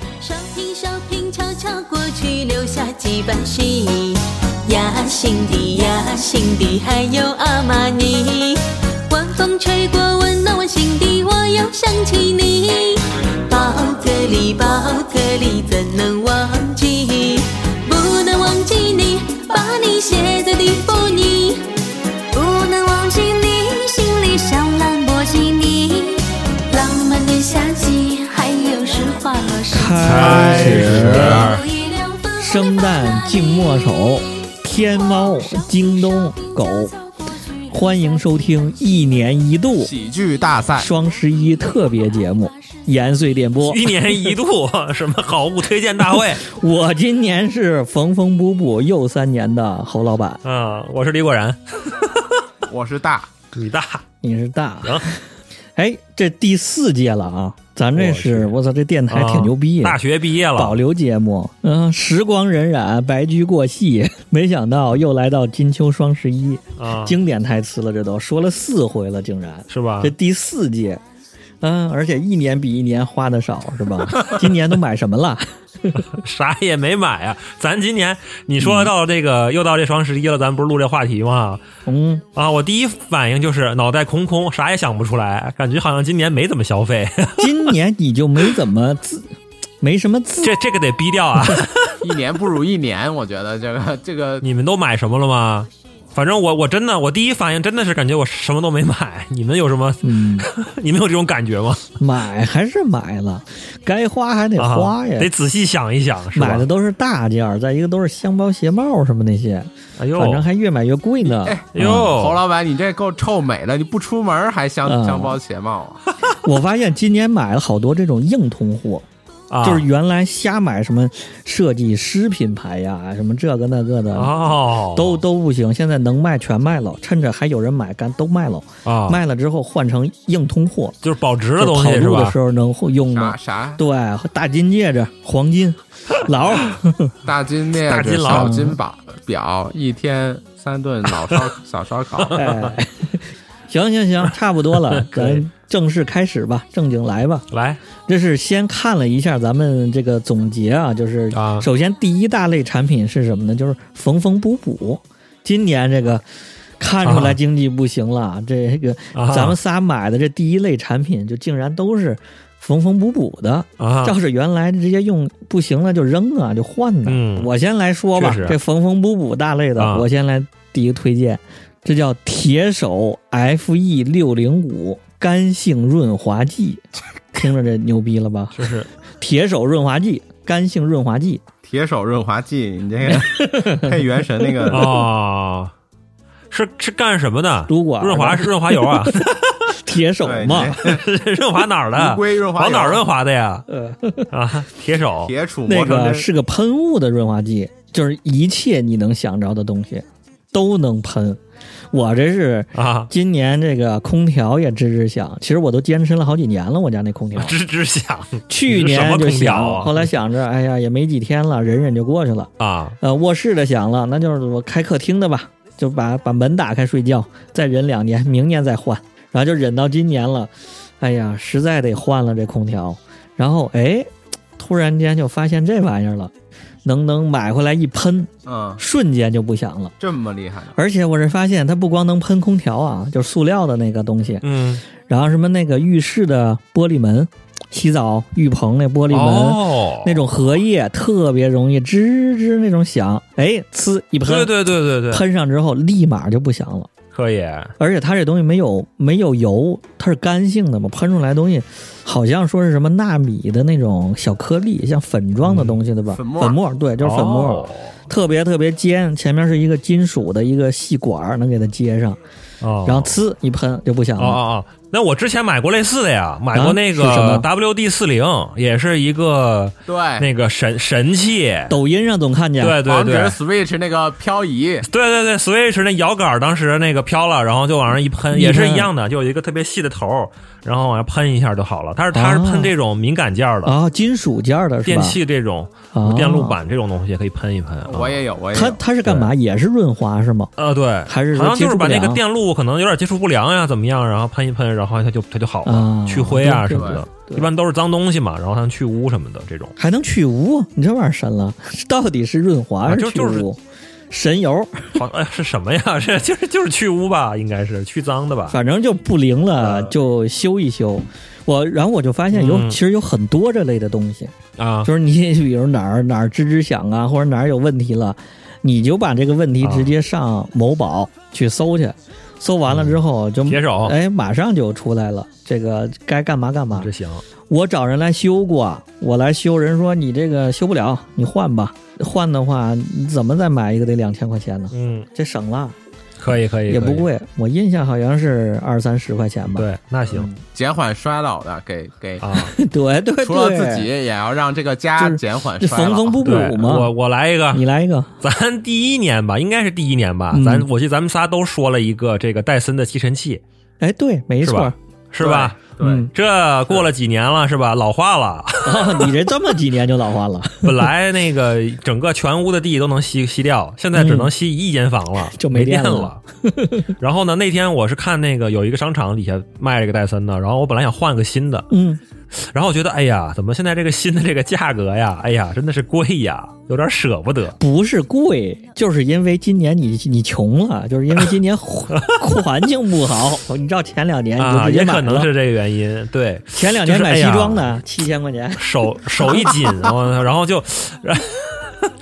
停手停悄悄过去，留下几把诗意。呀，心底呀，心底还有阿玛尼。晚风吹过，温暖我心底，我又想起你。宝特利，宝特利，怎能忘记？不能忘记你，把你写在蒂芙尼。不能忘记你，心里像兰博基尼。浪漫的夏季，还有是花落时节。开始有一辆粉红的生蛋静默守，天猫、京东、狗，欢迎收听一年一度喜剧大赛，双十一特别节目《延绥电波一》。年一度 什么好物推荐大 会我今年是缝缝补补又三年的侯老板，啊！我是李果然，我是大，李大你是大行，哎，这第四届了啊！咱这是我操，这电台哎挺牛逼、啊哦大学毕业保了，留节目，嗯，时光荏苒，白驹过隙， 没想到又来到金秋双十一，啊，经典台词了，这都说了四回了，竟然是吧这？第四届，嗯，而且一年比一年花的少，是吧？ 今年都买什么了？啥也没买啊！咱今年你说到这个，又到这双十一了，咱不是录这话题吗？嗯，啊，我第一反应就是脑袋空空，啥也想不出来，感觉好像今年没怎么消费。 今年你就没怎么自， 没什么自，这这个得逼 掉啊！一年不如一年，我觉得这 个这个你们都买什么了吗？反正我我真的我第一反应真的是感觉我什么都没买。你们有什么？嗯， 你们有这种感觉吗？买还是买了，该花还得花呀啊，。得仔细想一想，是吧？买的都是大件儿，再一个都是箱包、鞋帽什么那些，哎呦，反正还越买越贵呢。哎哎呦，侯老板，你这够臭美的，你不出门还镶嗯镶包鞋帽啊？我发现今年买了好多这种硬通货，啊就是原来瞎买什么设计师品牌呀，什么这个那个的，哦，都都不行。现在能卖全卖了，趁着还有人买，赶都卖了。啊，卖了之后换成硬通货，就是保值就的东跑西是路的吧时？候能嗯用啥的。啥对，大金戒指、黄金、 劳，大金链子、大金劳小金表表，一天三顿老 烧小烧烤。哎， 行行行，差不多了，咱正式开始吧，正经来吧。来这是先看了一下咱们这个总结啊，就是啊首先第一大类产品是什么呢？就是缝缝补补。今年这个看出来啊经济不行了，这个啊咱们仨买的这第一类产品，就竟然都是缝缝补补的。啊，要是原来直接用不行了就扔啊，就换呢。嗯我先来说吧确，实这缝缝补补大类的，啊我先来第一个推荐，这叫铁手 FE 六零五干性润滑 剂，听着这牛逼了吧？ 就是铁手润滑剂，干性润滑剂，铁手润滑剂，你这 个配原神那个哦，是是干什么的？撸管润滑是润滑油啊， 铁手对嘛你，润滑哪儿这的乌？龟润滑往油哪儿润滑的呀？呃，啊，铁手铁杵那磨成个针是个喷雾的润滑剂，就是一切你能想着的东西都能喷。我这是啊，今年这个空调也吱吱响，其实我都坚持了好几年了，我家那空调。吱吱响去你是什年么就空调响，啊后来想着，哎呀，也没几天了，忍忍就过去了。啊，呃，卧室的响了，那就是我开客厅的吧，就把把门打开睡觉，再忍两年，明年再换， 然后就忍到今年了。哎呀，实在得换了这空调。然后哎，突然间就发现这玩意儿了，能能买回来一喷，嗯，瞬间就不响了。这么厉害呢？而且我是发现它不光能喷空调啊，就是塑料的那个东西，嗯，然后什么那个浴室的玻璃门，洗澡浴棚那玻璃门。哦，那种荷叶特别容易吱吱那种响，哎，呲一喷，对对对对对，喷上之后立马就不响了。可以，而且它这东西没有没有油，它是干性的嘛，喷出来东西好像说是什么纳米的那种小颗粒，像粉状的东西嗯对吧？粉末对，就是粉末，哦特别特别尖，前面是一个金属的一个细管儿，能给它接上，哦，然后呲一喷就不响哦了。哦哦，那我之前买过类似的呀，买啊过那是什么个 WD 四零，也是一个对，那个神神器，抖音上总看见，对对防止对。 Switch 那个漂移。对对对，Switch 那摇杆当时那个飘了，然后就往上一喷，一也是喷一样的，就有一个特别细的头儿，然后往上喷一下就好了。它是它是哦喷这种敏感件儿的，啊啊，金属件儿的是吧？电器这种、啊电路板这种东西可以喷一喷。我也有，我也它有。它是干嘛？也是润滑是吗？呃，对，还是说好像就是把接那触不良个电路可能有点接触不良啊呀，怎么样，然后喷一喷，然后它就它就好啊了，去灰啊对什么的，对对一般都是脏东西嘛，然后它去污什么的这种。 还能去污？你这玩意儿神了， 到底是润滑还啊就去污？神油，好，哎，是什么呀？是就是就是去污吧，应该是去脏的吧？反正就不灵了，呃就修一修。我然后我就发现有，嗯其实有很多这类的东西，啊，就是你 比如哪儿哪儿吱吱响啊，或者哪儿有问题了，你就把这个问题啊直接上某宝去搜去，搜完嗯了之后就解手哎，马上就出来了，这个该干嘛干嘛这。行，我找人来修过，我来修，人说你这个修不了，你换吧。换的话，你怎么再买一个得两千块钱 呢？嗯，这省了，可以可以，也不可以。贵。我印象好像是二三十块钱吧。嗯对，那行减缓衰老的，给给，啊， 对对对，除了自己，也要让这个就家是减缓这衰缝老缝。补补对，我嘛。我来一个，你来一个，咱第一年吧，应该是第一年吧，嗯咱我记得咱们仨都说了一个这个戴森的吸尘器，哎，对，没是错吧，是吧？对，对嗯这过了几年了，是吧？老化 了，哦，你这这么几年就老化了， 本来那个整个全屋的地都能吸吸掉，现在只能吸一间房了，嗯就没没电了了。 然后呢，那天我是看那个有一个商场底下卖这个戴森的，然后我本来想换个新的，嗯，然后我觉得哎呀，怎么现在这个新的这个价格呀，哎呀，真的是贵呀，有点舍不得。不是贵，就是因为今年你你穷了，就是因为今年 环环境不好，你知道前两年哎你就啊，直接也买可能了，是这个原因，对， 前两年就是买哎西呀装的七千块钱，手手一紧，然后然后就，然后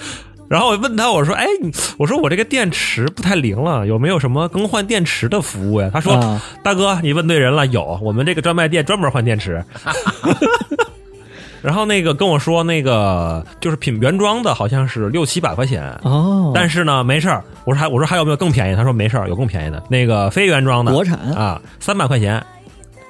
然后我问他，我说，哎，你我说我这个电池不太灵了，有没有什么更换电池的服务呀？他说，啊大哥，你问对人了，有，我们这个专卖店专门换电池。 然后那个跟我说，那个就是品原装的，好像是六七百块钱。哦，但是是呢，没事儿。我说还我说还有没有更便宜？他说没事儿，有更便宜的。那个非原装的国产啊，三百块钱，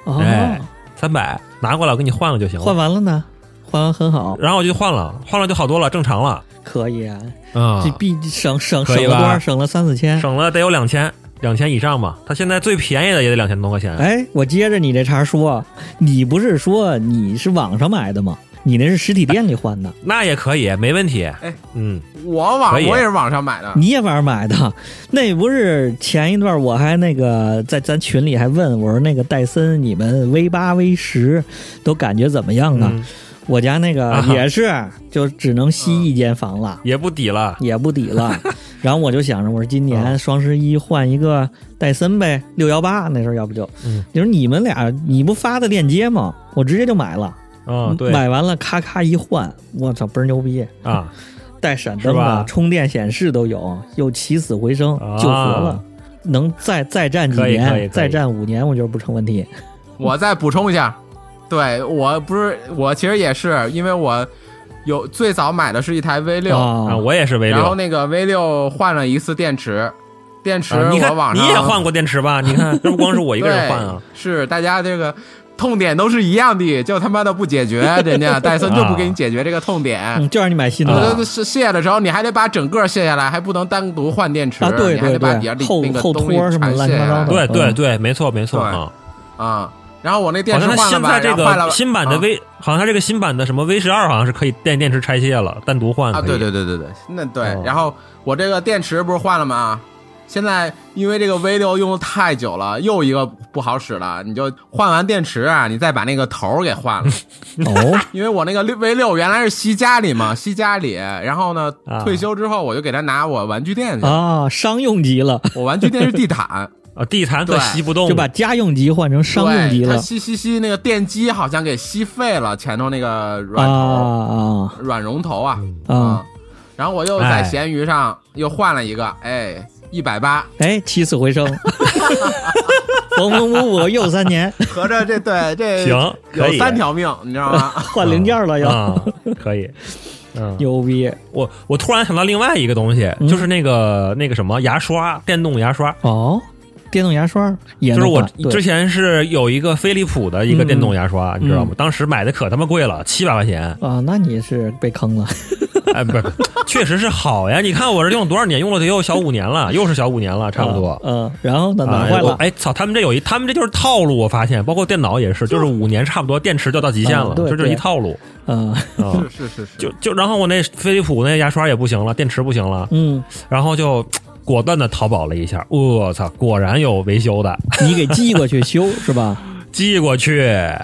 哦，哎三百拿过来，我呃给你换了就行了。换完了呢，换完很好，然后我就换了，换了就好多了，正常了。可以啊，啊这必省省可省以了吧多少？省了三四千。省了得有两千，两千以上吧。它现在最便宜的也得两千多块钱。哎，我接着你这茬说，你不是说你是网上买的吗？你那是实体店里换 的，那也可以，没问题。哎，嗯，我网可以我也是网上买的，你也网上买的？那不是前一段我还那个在咱群里还问我说那个戴森你们 V 八 V 十都感觉怎么样啊？嗯我家那个啊嗯也是，就只能吸一间房了。也不抵了。也不抵了。 然后我就想着，我说今啊年双十一换一个戴森呗，六幺八那时候要不就，嗯你说你们俩你不发的链接吗？我直接就买了，嗯啊，对买完了咔咔一换，我操倍儿牛逼，啊，带闪灯是的吧，充电显示都有，又起死回生，啊救活了。能再再战几可以可以可以年，再战五年，我觉得不成问题。我再补充一下，对我不是我其实也是，因为我有最早买的是一台 V 六、啊，啊，我也是 V 然后六。那个 V 六换了一次电池，电池啊你我看，网上、你也换过电 池吧？你看，这不光是我一一个人换啊。，是大家这个。痛点都是一样的，就他妈的不解决，人家戴森就不给你解决这个痛点。嗯，就让你买新我觉的得是卸的时候，你还得把整个卸下来，还不能单独换电池，啊，对你还对得把底下对，那后那个后东西托什么全乱卸七下八来糟的，对对嗯，对，没错没错对啊。啊、然后我那电好池换了像它现吧，在这然后换了个新版的啊 V，好像它这个新版的什么 V 十二好像是可以电电池拆卸了，单独换啊，可以对对对对对，那对。哦然后我这个电池不是换了吗？现在因为这个 V 六用的太久了，又一个不好使了，你就换完电池啊，你再把那个头儿给换了。啊哦，因为我那个 V 六原来是吸家里嘛，吸家里，然后呢啊退休之后我就给他拿我玩具店去，啊，商用级 了，我玩具店是地毯，啊，地毯可对吸不动，就把家用级换成商用级对，他了吸吸吸那个电机好像给吸废了，前头那个啊软头、啊软绒头啊啊！嗯然后我又在哎闲鱼上又换了一个，哎，一百八。哎，起死 回生，缝缝补补又三年， 合着这对这行可有以三条命，你知道 吗？换零件了又，啊，可以。嗯，牛逼我我突然想到另外一个东西，嗯就是那个那个什么牙刷，电动牙刷。哦！电动牙刷也就是能我换对之前是有一个飞利浦的一个电动牙刷，嗯 。你知道吗？当时买的可他妈贵了，七百块钱啊，那你是被坑了，哎，不是，确实是好呀。你看我这用多少年，用了得有小五 年了，又是小五年了，差不多。嗯，然后呢，啊暖坏我了，哎，操！他们这有一，他们这就是套路。我发现，包括电脑也是，就是五年差不多，电池就到极限嗯了，对这就是一对套路嗯啊。 是是是是，就就然后我那飞利浦那牙刷也不行了，电池不行了，嗯，然后就果断的淘宝了一下。我操，果然有维修的，你给寄过去修是吧？ 寄过去，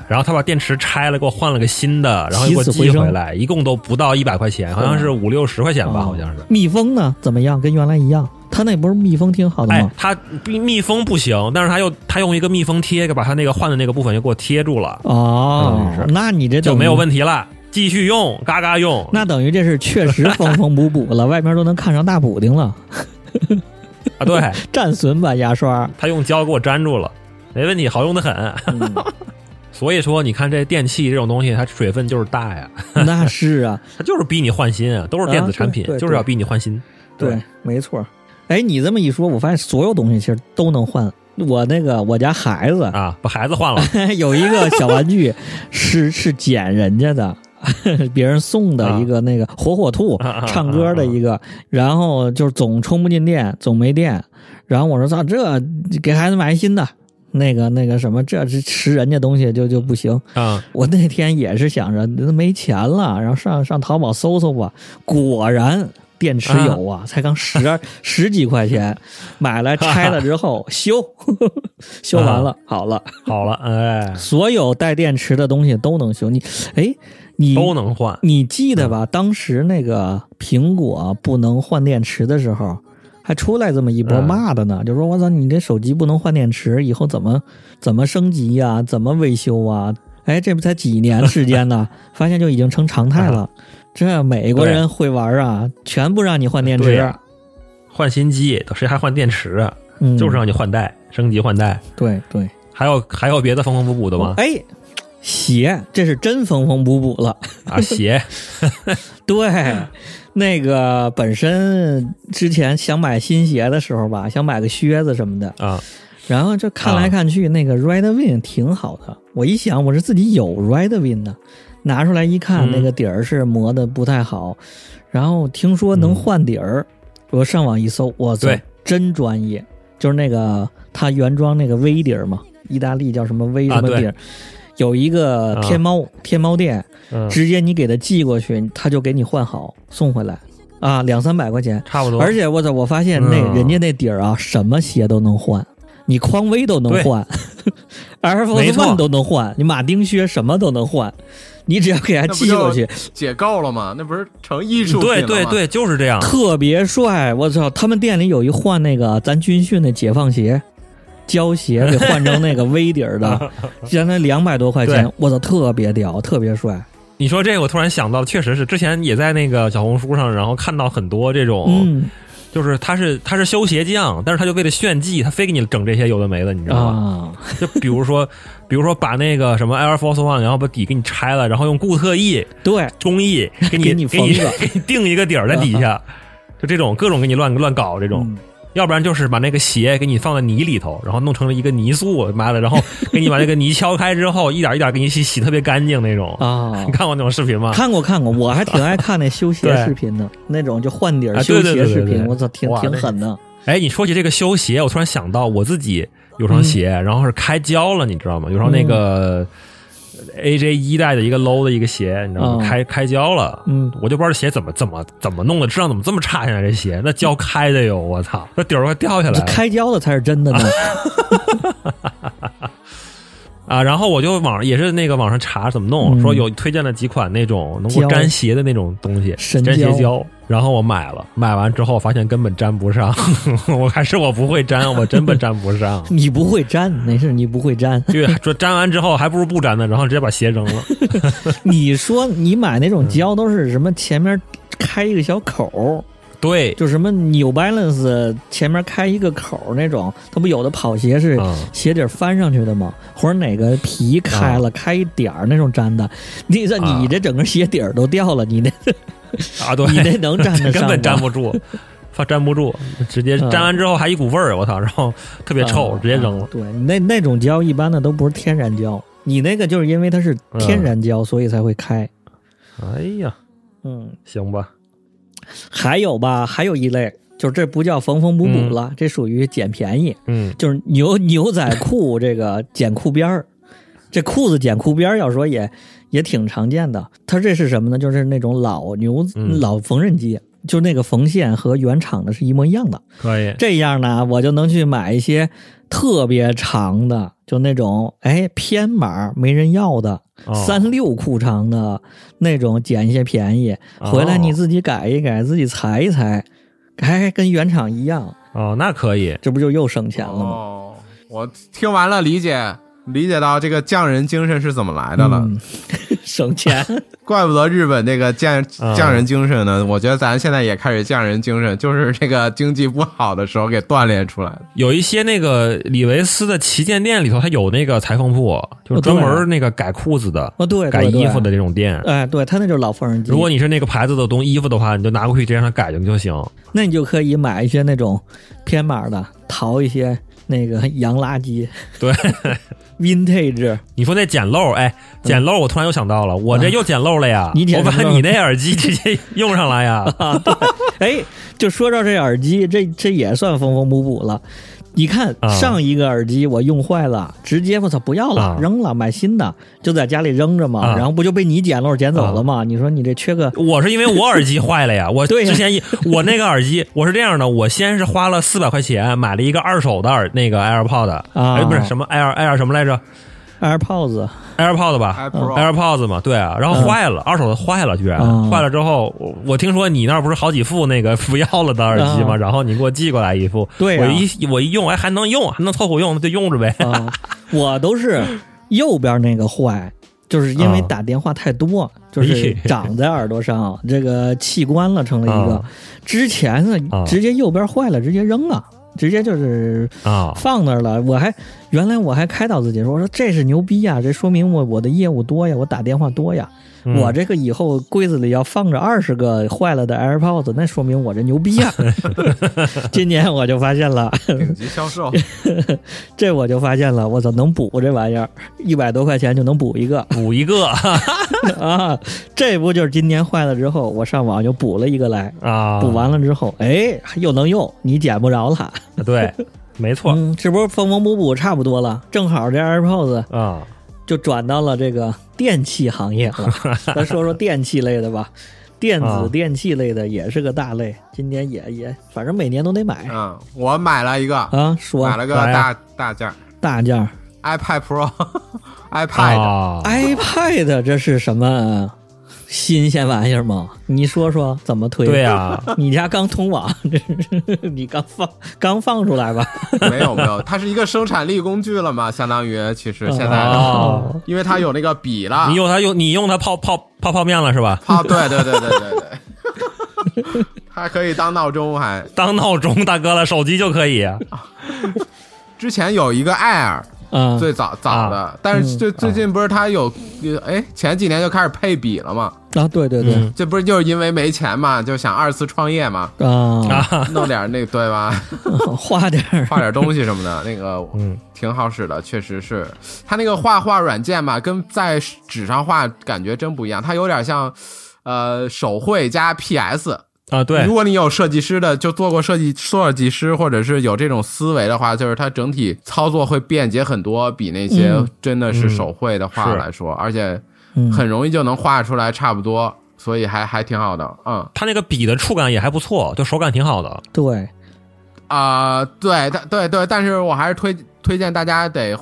然后他把电池拆了，给我换了个新的，然后又给我起死回寄生回来，一共都不到一百块钱，好像是五六十块钱吧，啊好像是。密封呢怎么样？跟原来一样，它那不是密封挺好的哎吗？，它密密封不行，但是它又它用一个密封贴把它那个换的那个部分又给我贴住了，哦嗯是，那你这就没有问。问题了，继续用，嘎嘎用。那等于这是确实缝缝补 补了，外面都能看上大补丁了，啊，对，战损版牙刷。它用胶给我粘住了，没问题，好用的很。 嗯所以说，你看这电器这种东西，它水分就是大呀，那是啊，它就是逼你换新啊，都是电子产品，啊对对就是要逼你换新。对，没错。哎，你这么一说，我发现所有东西其实都能换。我那个我家孩子、啊，把孩子换了， 有一个小玩 具是是捡人家的， 别人送的一个那个火火兔、啊啊啊啊唱歌的一个，然后就是总充不进电，总没电。然后我说：“操，这给孩子买一新的，那个那个什么，这是吃人家东西就就不行。”啊，我那天也是想着没钱了，然后上上淘宝搜搜吧，果然电池有啊，才刚十 二十几块钱，买来拆了之后修， 修完啊了、好了，好了，哎，所有带电池的东西都能修。你哎，你都能换。你记得嗯吧？当时那个苹果不能换电池的时候，还出来这么一波骂的嗯呢，就说我操，你这手机不能换电池，以后怎么怎么升级呀、怎么维修啊？哎，这不才几年时间 呢，发现就已经成常态啊了。这美国人会玩啊，全部让你换电池对呀，换新机，谁还换电池啊？嗯，就是让你换代、升级换代，对对。还有还有别的缝缝补补的吗？哎，鞋这是真缝缝补补了。 啊，鞋，对，那个本身之前想买新鞋的时候吧，想买个靴子什么的，啊，然后就看来看去，那个 Red Win 挺好的。我一想，我是自己有 Red Win 的，拿出来一看，嗯那个底儿是磨的不太好，然后听说能换底儿，我上网一搜，我操嗯对，真专业！就是那个它原装那个 V 底儿嘛，意大利叫什么 V 啊什么对底儿，有一个啊天猫、天猫店，嗯，直接你给它寄过去，他就给你换好送回来，啊，两三百块钱。差不多。而且我操，我发现那哦嗯人家那底儿啊，什么鞋都能换，你匡威都能换 ，Air 没 Force 错 One 都能换，你马丁靴什么都能换，你只要给它那不寄过就去，解构了吗？那不是成艺术品了嗯对吗？对对，就是这样。特别帅。我操，他们店里有一换那个 咱军训的解放鞋。胶鞋给换成那个 V 底儿 的，原来两百多块钱对，我操，特别屌，特别帅。你说这个，我突然想到，确实是之前也在那个小红书上，然后看到很多这种，嗯就是他是他是修鞋匠，但是他就为了炫技，他非给你整这些有的没的，你知道吗？啊，就比如说， 比如说把那个什么 Air Force One，然后把底给你拆了，然后用固特异对，工艺给给你你给你缝一个 给你定一个底儿在底下，就这种各种给你乱乱搞这种。嗯要不然就是把那个鞋给你放在泥里头，然后弄成了一个泥塑，妈的，然后给你把那个泥敲开之后，一点一点给你洗洗特别干净那种。 啊你，看过那种视频吗？看过看过，我还挺爱看那修鞋啊 对视频的，那种就换底儿啊修对对鞋对对视对频，对我操，挺哇挺那狠的。哎，你说起这个修鞋，我突然想到我自己有嗯双鞋，然后是开胶了，你知道吗？有双那个 AJ 一代的一个 low 的一个鞋，你知道吗？嗯开开胶了，嗯我就不知道这鞋怎么怎么怎么弄的，质量怎么这么差？现在这鞋那胶开的哟，我操，那底儿都快掉下来这了开胶的才是真的呢， 啊！然后我就网上也是那个网上查怎么弄，嗯说有推荐了几款那种能够胶粘鞋的那种东西，神粘鞋胶胶。然后我买了，买完之后发现根本粘不上， 我还是我不会粘，我真的粘不上。。你不会粘，没事，你不会粘 对，说粘完之后还不如不粘呢，然后直接把鞋扔了。你说你买那种胶都是什么？前面开一个小口儿，对，就什么 New Balance 前面开一个口儿那种，它不有的跑鞋是嗯鞋底儿翻上去的吗？或者哪个皮开了开一点儿那种粘的，你这啊你这整个鞋底儿都掉了，你那啊，对，你 那能粘得上 根吗本粘不住，发粘不住，直接嗯粘完之后还一股味儿，啊我操，然后特别臭，啊直接扔了啊。对，那那种胶一般的都不是天然胶，你那个嗯就是因为它是天然胶，所以才会开。哎呀，嗯，行吧，还有吧，还有一类，就是这不叫缝缝补补了，这属于捡便宜，嗯，就是牛牛仔裤这个剪裤边儿，这裤子剪裤边儿，要说也也挺常见的。它这是什么呢？就是那种老牛、嗯老缝纫机，就那个缝线和原厂的是一模一样的。可以，这样呢，我就能去买一些特别长的，就那种哎偏码没人要的、哦三六裤长的那种，捡一些便宜，哦回来你自己改一改，自己裁一裁，哎，跟原厂一样，哦，那可以，这不就又省钱了吗？哦，我听完了，理解理解到这个匠人精神是怎么来的了。嗯 省钱，怪不得日本这个匠嗯匠人精神呢，我觉得咱现在也开始匠人精神，就是这个经济不好的时候给锻炼出来 的。有一些那个李维斯的旗舰店里头，它有那个裁缝铺，就是专门那个改裤子的、啊哦对对改衣服的对这种店。哎，对他那就是老缝纫机，如果你是那个牌子的东衣服的话，你就拿过去直接让他改就就行。那你就可以买一些那种偏码的，淘一些那个洋垃圾对， vintage。你说那捡漏，哎，捡漏，我突然又想到了，我这又捡漏了呀！嗯你捡我什把么漏你那耳机直接用上 了呀！哎，就说到这耳机，这这也算缝缝补补了。你看啊上一个耳机我用坏了，直接我操不要了，啊扔了，买新的，就在家里扔着嘛，啊然后不就被你捡漏捡走了吗？你说你这缺 个我是因为我耳机坏了呀，我对呀之前一我那个耳机我是这样的，我先是花了四百块钱买了一个二手的耳那个 AirPod，啊哎不是什么 Air Air 什么来着 AirPods， AirPod 吧嗯 Apple AirPods 嘛，对啊，然后嗯坏了，二手的坏了，居然、嗯坏了之后，我我听说你那儿不是好几副那个 不要了的耳机吗？嗯然后你给我寄过来一副，对啊我一我一用，哎，还能用，还能凑合用，那就用着 呗。啊，我都是右边那个坏，就是因为啊哎打电话太多，就是长在耳朵上，这个器官了成了一个。啊之前呢啊，直接右边坏了，直接扔了，直接就是啊放那儿了。我还原来我还开导自己说，我说这是牛逼呀，这说明我我的业务多呀，我打电话多呀。嗯我这个以后柜子里要放着二十个坏了的 AirPods，那说明我这牛 逼呀。今年我就发现了。顶级销 售，这我就发现了，我操，能补这玩意儿，一百多块钱就能补一个补一个啊！这不就是今年坏了之后，我上网又补了一个来， 啊，补完了之后，哎，又能用，你捡不着了。对，没错啊、嗯，这不是缝缝补补差不多了，正好这 AirPods 嗯啊就转到了这个电器行业了。 咱说说电器类的吧，电啊子电器类的也是个大类，今年也也，反正每年都得买嗯，我买了一个，啊。说买了个来大呀大件儿大件儿 iPad Pro，iPad，、啊，哎 iPad 这是什么新鲜玩意儿吗？你说说怎么推？对呀、你家刚通网， 这是你刚放刚放出来吧？ 没有没有，它是一个生产力工具了嘛，相当于其实现在，啊 哦因为它有那个笔了，啊你用它用你用它泡泡泡泡面了是吧？啊，对对对对对对， 还可以当闹钟还。当闹钟，大哥了，手机就可以啊之前有一个 Air，嗯啊，最早早的，但是最最啊近不是它有，哎，前几年就开始配笔了嘛，啊，对对对嗯，这不是就是因为没钱嘛，就想二次创业嘛，啊，弄点那对吧， 啊 画点儿画点东西什么的，那个嗯挺好使的，确实是。它那个画画软件吧，跟在纸上画感觉真不一样，它有点像，呃，手绘加 PS。啊，对如，果你有设计师的，就做过设计设计师，或者是有这种思维的话，就是它整体操作会便捷很多，比那些嗯真的是手绘的画是来说，而且嗯很容易就能画出来差不多，所以还还挺好的，嗯它那个笔的触感也还不错，就手感挺好的。对，啊、对，但对对，但是我还是推推荐大家得。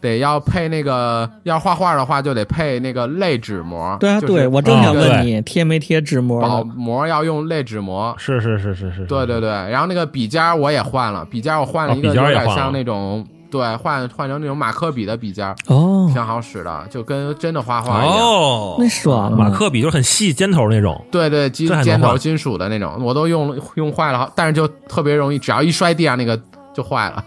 得要配那个，要画画的话就得配那个类纸膜。对啊，就是对我正想啊问你贴没贴纸膜薄呢？膜要用类纸膜。是是是是是，对对对，然后那个笔尖儿我也换了，笔尖儿我换了一个有哦笔尖儿也点换了像那种，对，换换成那种马克笔的笔尖儿，哦，挺好使的，就跟真的画画一样。哦，那爽马啊！克笔就是很细尖头那种，对对，金这还能尖头换金属的那种，我都用了用坏了好，但是就特别容易，只要一摔地上那个就坏了，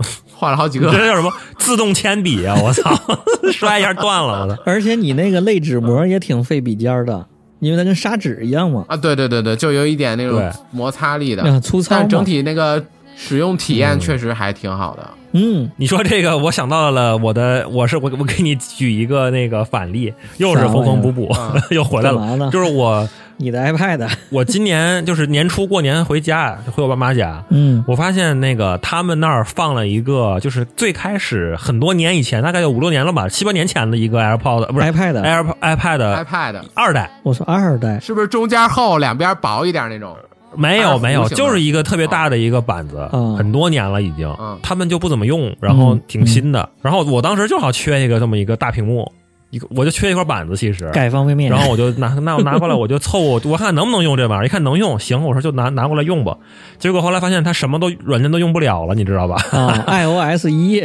换了好几这个。叫什么自动铅笔啊！我操， 摔一下断了，我操！而且你那个类纸膜也挺费笔尖儿的，因为它跟砂纸一样嘛，啊，对对对对，就有一点那种对摩擦力的，啊粗糙但嘛。是整体那个使用体验嗯确实还挺好的。嗯，你说这个，我想到了我的，我是我我给你举一个那个反例，又啥玩是意儿缝缝补补啊， 又回来干嘛呢了。就是我你的 iPad，我今年就是年初过年回家，回我爸妈家，嗯我发现那个他们那儿放了一个，就是最开始很多年以前，大概有五六年了吧，七八年前的一个 AirPod，不是嗯，iPad， Air iPad iPad 二代，我说二代，是不是中间厚，两边薄一点那种？没有 iPhone 没有，型的就是一个特别大的一个板子嗯，很多年了已经嗯，他们就不怎么用，然后啊嗯挺新的，然后我当时正好缺一个这么一个大屏幕，一个我就缺一块板子，其实。盖方便面，然后我就 拿，那我拿过来，我就凑我我看看能不能用这玩意儿，一看能用，行，我说就拿拿过来用吧。结果后来发现它什么都软件都用不了了，你知道吧？啊，iOS 一，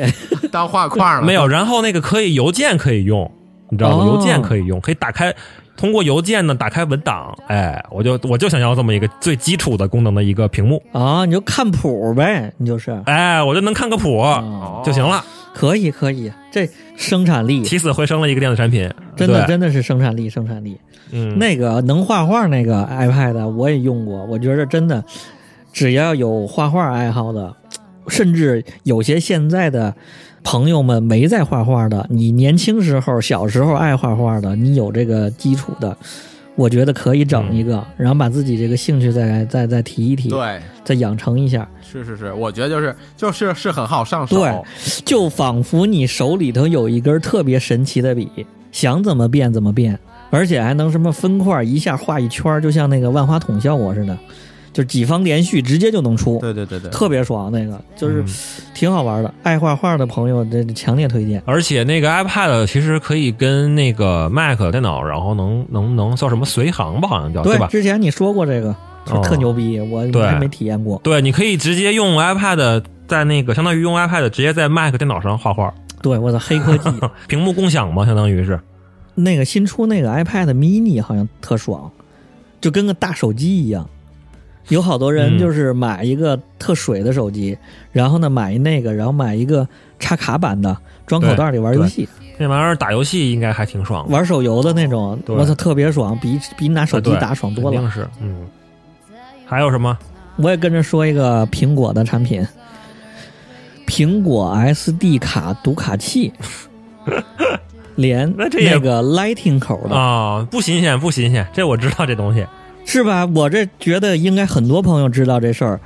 当画框了？没有，然后那个可以邮件可以用，你知道啊吗？哦邮件可以用，可以打开，通过邮件呢打开文档。哎，我就我就想要这么一个最基础的功能的一个屏幕，啊，你就看谱呗，你就是，哎，我就能看个谱。啊，就行了，可以可以，这生产力起死回生了一个电子产品，真的对，真的是生产力生产力。嗯，那个能画画那个 iPad 我也用过，我觉得真的，只要有画画爱好的，甚至有些现在的朋友们没在画画的，你年轻时候、小时候爱画画的，你有这个基础的，我觉得可以整一个，然后把自己这个兴趣再再再提一提，对，再养成一下，是是是，我觉得就是就是是很好上手。对就仿佛你手里头有一根特别神奇的笔，想怎么变怎么变，而且还能什么分块一下画一圈儿，就像那个万花筒效果似的，就是几方连续直接就能出，对对对对，特别爽。那个就是嗯挺好玩的，爱画画的朋友这这强烈推荐。而且那个 iPad 其实可以跟那个 Mac 电脑，然后能能能叫什么随行吧，好像叫对，吧？之前你说过这个，说哦特牛逼，我对我还没体验过。对，你可以直接用 iPad 在那个相当于用 iPad 直接在 Mac 电脑上画画，对，我的黑科 技，屏幕共享嘛，相当于是。那个新出那个 iPad mini 好像特爽，就跟个大手机一样。有好多人嗯就是买一个特水的手机，然后呢买一那个，然后买一个插卡版的，装口袋里玩游戏、那玩意儿打游戏应该还挺爽的，玩手游的那种，对我操，特别爽，比比拿手机对打爽多肯了。定是，嗯。还有什么？我也跟着说一个苹果的产品，苹果 SD 卡读卡 器，连那这也那个 Lighting 口的啊、不新鲜，不新鲜，这我知道这东西。是吧？我这觉得应该很多朋友知道这事儿，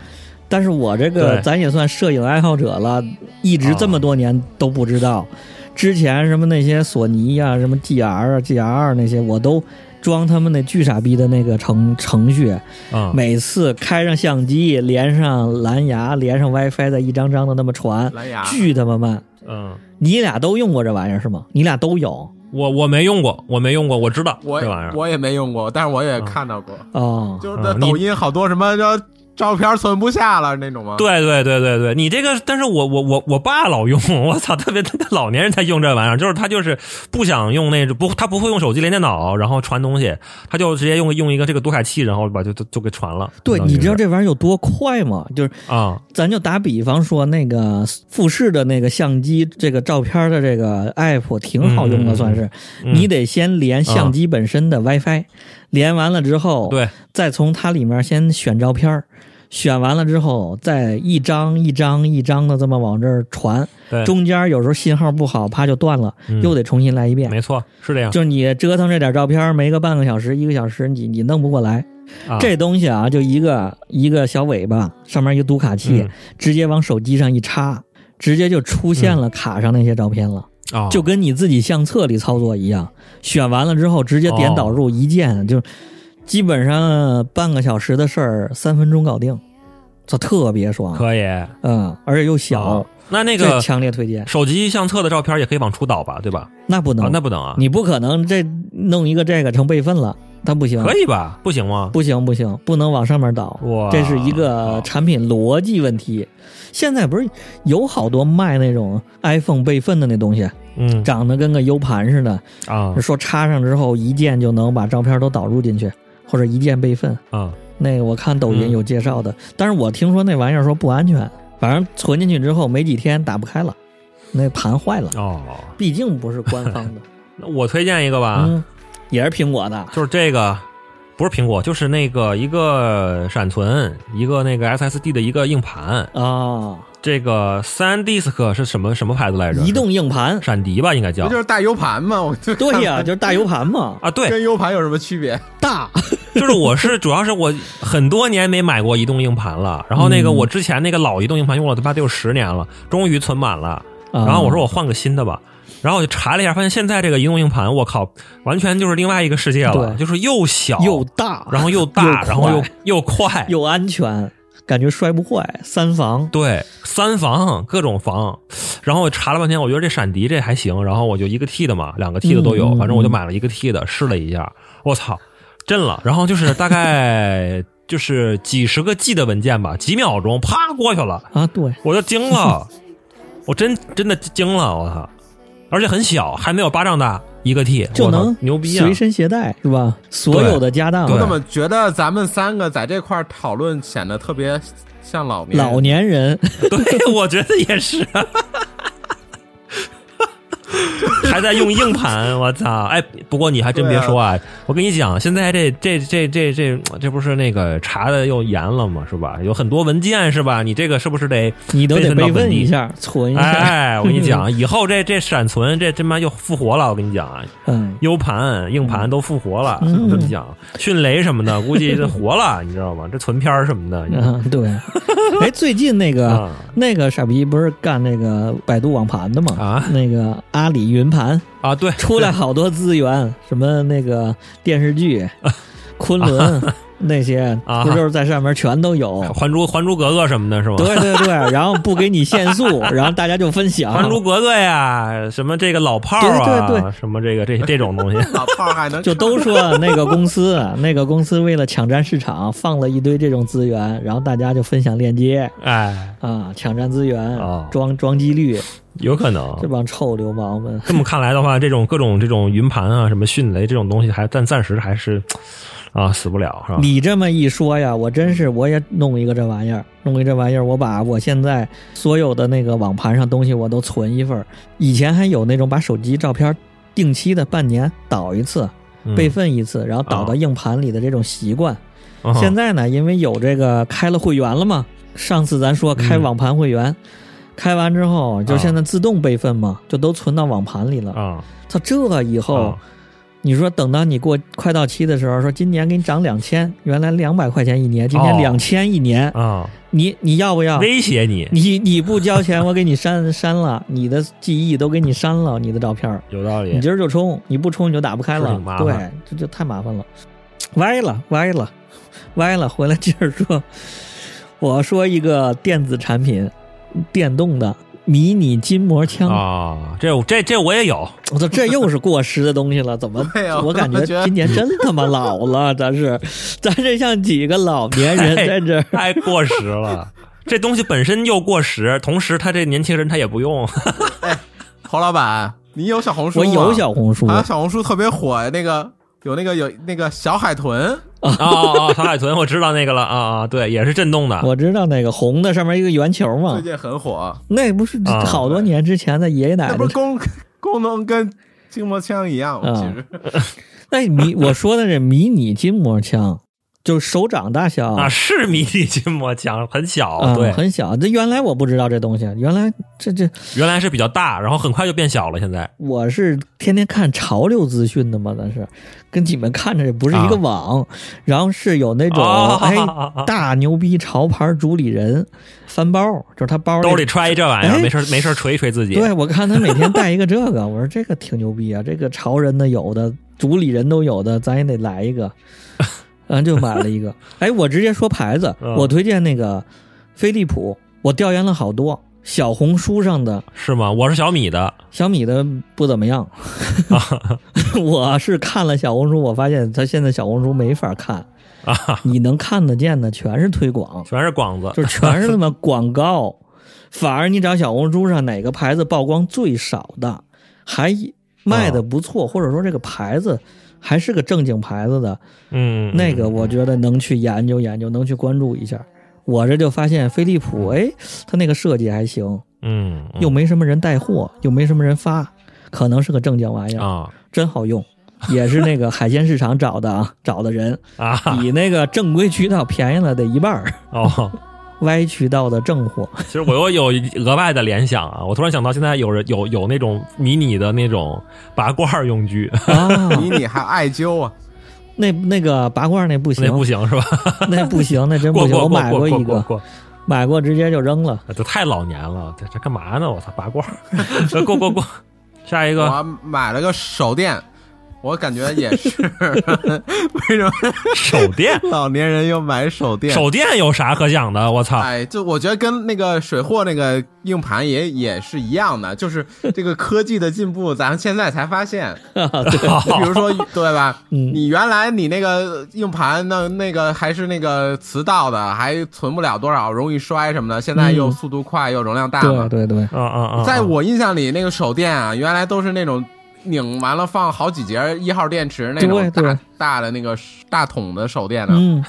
但是我这个对咱也算摄影爱好者了，一直这么多年都不知道。之前什么那些索尼呀、什么 GR 啊、GR 二那些，我都装他们那巨傻逼的那个程程序，嗯，每次开上相机，连上蓝牙，连上 WiFi，再一张张的那么传，蓝牙巨他妈慢。嗯，你俩都用过这玩意儿是吗？你俩都有我我没用过，我没用过，我知道我这玩意儿。我也没用过，但是我也看到过，哦，就是嗯那你抖音好多什么叫照片存不下了那种吗？，对对对对对，你这个，但是我我我我爸老用， 我操，特别老年人才用这玩意儿，就是他就是不想用那种不，他不会用手机连电脑，然后传东西，他就直接用用一个这个读卡器，然后把就就就给传了。对，相当于你知道是这玩意儿有多快吗？就是啊、咱就打比方说，那个富士的那个相机，这个照片的这个 app 挺好用的，嗯算是。嗯你得先连相机本身的 WiFi，、连完了之后，，对，再从它里面先选照片儿，选完了之后，再一张一张一张的这么往这儿传，对中间有时候信号不好，啪就断了，嗯又得重新来一遍。没错，是这样。就是你折腾这点照片儿，没个半个小时、一个小时，你你弄不过来。啊、这东西啊，就一个一个小尾巴，上面一个读卡器，嗯直接往手机上一插，直接就出现了卡上那些照片了，啊、就跟你自己相册里操作一样。选完了之后，直接点导入一哦键，就基本上半个小时的事儿，三分钟搞定，这特别爽。可以嗯，而且又小，啊那那这个强烈推荐。手机相册的照片也可以往出导吧，对吧？那不能，啊，那不能啊，你不可能这弄一个这个成备份了，它不行。可以吧？不行吗？不行不行，不能往上面倒哇，这是一个产品逻辑问题。现在不是有好多卖那种 iPhone 备份的那东西，嗯长得跟个 U 盘似的，啊说插上之后一键就能把照片都导入进去，或者一键备份。啊，那个我看抖嗯音有介绍的，但是我听说那玩意儿说不安全，反正存进去之后没几天打不开了，那盘坏了，哦，毕竟不是官方 的，那我推荐一个吧。嗯，也是苹果的，就是这个，不是苹果，就是那个一个闪存，一个那个 SSD 的一个硬盘，哦，这个三 disk 是什么什么牌子来着？移动硬盘，闪迪吧，应该不叫就是大 U 盘吗？我就对 呀、就是大 U 盘嘛，啊，对，跟 U 盘有什么区别？大，就是我是主要是我很多年没买过移动硬盘了，然后那嗯个我之前那个老移动硬盘用了他妈得有十年了，终于存满了，啊然后我说我换个新的吧。然后我就查了一下，发现现在这个移动硬盘，我靠，完全就是另外一个世界了，对就是又小又大，然后又大，又然后又快又快，又安全，感觉摔不坏，三防，对，三防各种防，然后我查了半天，我觉得这闪迪这还行，然后我就一个 T 的嘛，两个 T 的都有，嗯嗯反正我就买了一个 T 的，试了一下，我操，震了！然后就是大概就是几十个 G 的文件吧，几秒钟啪过去了，啊，对，我就 惊了，我真真的惊了，我操！而且很小，还没有巴掌大，一个 T 就我操能牛逼啊随！身携带是吧？所有的家当，对我怎么觉得咱们三个在这块儿讨论显得特别像老年人老年人 对， 我觉得也是。还在用硬盘，我操！哎，不过你还真别说啊，我跟你讲，现在这这这这这这不是那个查的又严了吗？是吧？有很多文件是吧？你这个是不是 得？你都得备份到备份本地一下，存一下，哎，我跟你讲，以后这这闪存这他妈又复活了，我跟你讲啊嗯， ，U 盘、硬盘都复活了，嗯我跟你讲，迅雷什么的估计就活了，你知道吗？这存片儿什么的，嗯， 对。哎，最近那个、啊那个傻逼不是干那个百度网盘的吗？啊那个阿里云 盘啊，对，嗯出来好多资源，什么那个电视 剧、昆仑、那些，啊不就是在上面全都有？ 《还珠还珠格格》什么的是吗？ 对对对，然后不给你限速，然后大家就分享。 《还珠格格》呀，什么这个老炮儿啊，啊对对对什么这个这这种东西 老炮儿还 能就都说那个公司，那个公司为了抢占市场，放了一堆这种资源，然后大家就分享链接哎，啊，抢占资源，哦装装机率，有可能。这帮臭流氓们。这么看来的话，这种各种这种云盘啊，什么迅雷这种东西还，暂暂时还是啊死不了，是吧？你这么一说呀，我真是我也弄一个这玩意儿，弄一这玩意儿，我把我现在所有的那个网盘上东西我都存一份儿。以前还有那种把手机照片定期的半年导一次，嗯备份一次，然后导到啊硬盘里的这种习惯。嗯现在呢，因为有这个开了会员了嘛，上次咱说嗯开网盘会员，开完之后就啊现在自动备份嗯嘛，就都存到网盘里了。啊他这以后，啊你说等到你过快到期的时候，说今年给你涨两千，原来两百块钱一年，今年哦两千一年，啊，你你要不要？威胁你，你你不交钱，我给你删删了，你的记忆都给你删了，你的照片儿，有道理你。今儿就充，你不充你就打不开是了挺麻，对烦，这就太麻烦了，歪了歪了 歪了，回来接着说，我说一个电子产品，电动的迷你筋膜枪啊，这我这这我也 有，我操，这又是过时的东西了， 怎么对啊呀？我感我觉觉得今年真他妈老了，咱是， 咱这像几个老年人太在这儿。太过时了。这东西本身又过时，同时他这年轻人他也 不用，啊侯老板，你有小红书 我吗？有小红书好，像小红书特别火，那个有那个有那个小海豚，啊啊啊！唐海豚我知道那个了啊啊，对，也是震动的，我知道那个红的上面一个圆球嘛最，近很火，那不是啊好多年之前的爷爷奶 那奶不是。功功能跟筋膜枪一样啊吗？其实 那哎迷我说的这迷你筋膜枪，就手掌大小啊，是迷你筋膜枪，很小，啊对，很小。这原来我不知道这东西，原来这这原来是比较大，然后很快就变小了，现在我是天天看潮流资讯的嘛，咱是跟你们看着也不是一啊个网，然后是有那种、哦 哎大牛逼潮牌主理人翻包，就是他包兜里揣一这玩意儿，哎没事儿没事儿捶一捶自己。对我看他每天带一个这个，我 说这个挺牛逼啊，这个潮人的有的，主理人都有的，咱也得来一个，然后就买了一个。哎，我直接说牌子，嗯我推荐那个飞利浦，我调研了好多，小红书上的是吗？我是小米的，小米的不怎么样，我是看了小红书，我发现他现在小红书没法看啊，你能看得见的全是推广，全是广子就是全是那么广告，反而你找小红书上哪个牌子曝光最少的，还卖啊的不错，或者说这个牌子还是个正经牌子的，嗯，那个我觉得能去研究研究，能去关注一下。我这就发现飞利浦，哎，它那个设计还行，嗯又没什么人带货，又没什么人发，可能是个正经玩意儿，啊真好用。也是那个海鲜市场找的啊，找的人啊比那个正规渠道便宜了得一半儿。哦歪渠道的正 货。其实我又有额外的联想啊，我突然想到现在有人有有那种迷你的那种拔罐儿用具， 啊，迷你还艾灸啊，那那个拔罐儿那不行，那不行是吧？那不行，那真不过行。过我过买过一过过个，过，啊买过直接就扔了。这太老年了，这这干嘛呢？我操，拔罐儿， 过过过，下一个我买了个手电，我感觉也是，为什么手电，老年人又买手电？手电啊有啥可讲的？我 操！哎，就我觉得跟那个水货那个硬盘也也是一样的，就是这个科技的进步，咱们现在才发现。 哦就比如说，对吧？嗯你原来你那个硬盘那那个还是那个磁道的，还存不了多少，容易摔什么的。现在又嗯速度快，又容量大嘛对。对对，啊啊啊！嗯在我印象里，那个手电啊，原来都是那种拧完了放好几节一号电池那种对对大大的那个大桶的手电呢。嗯，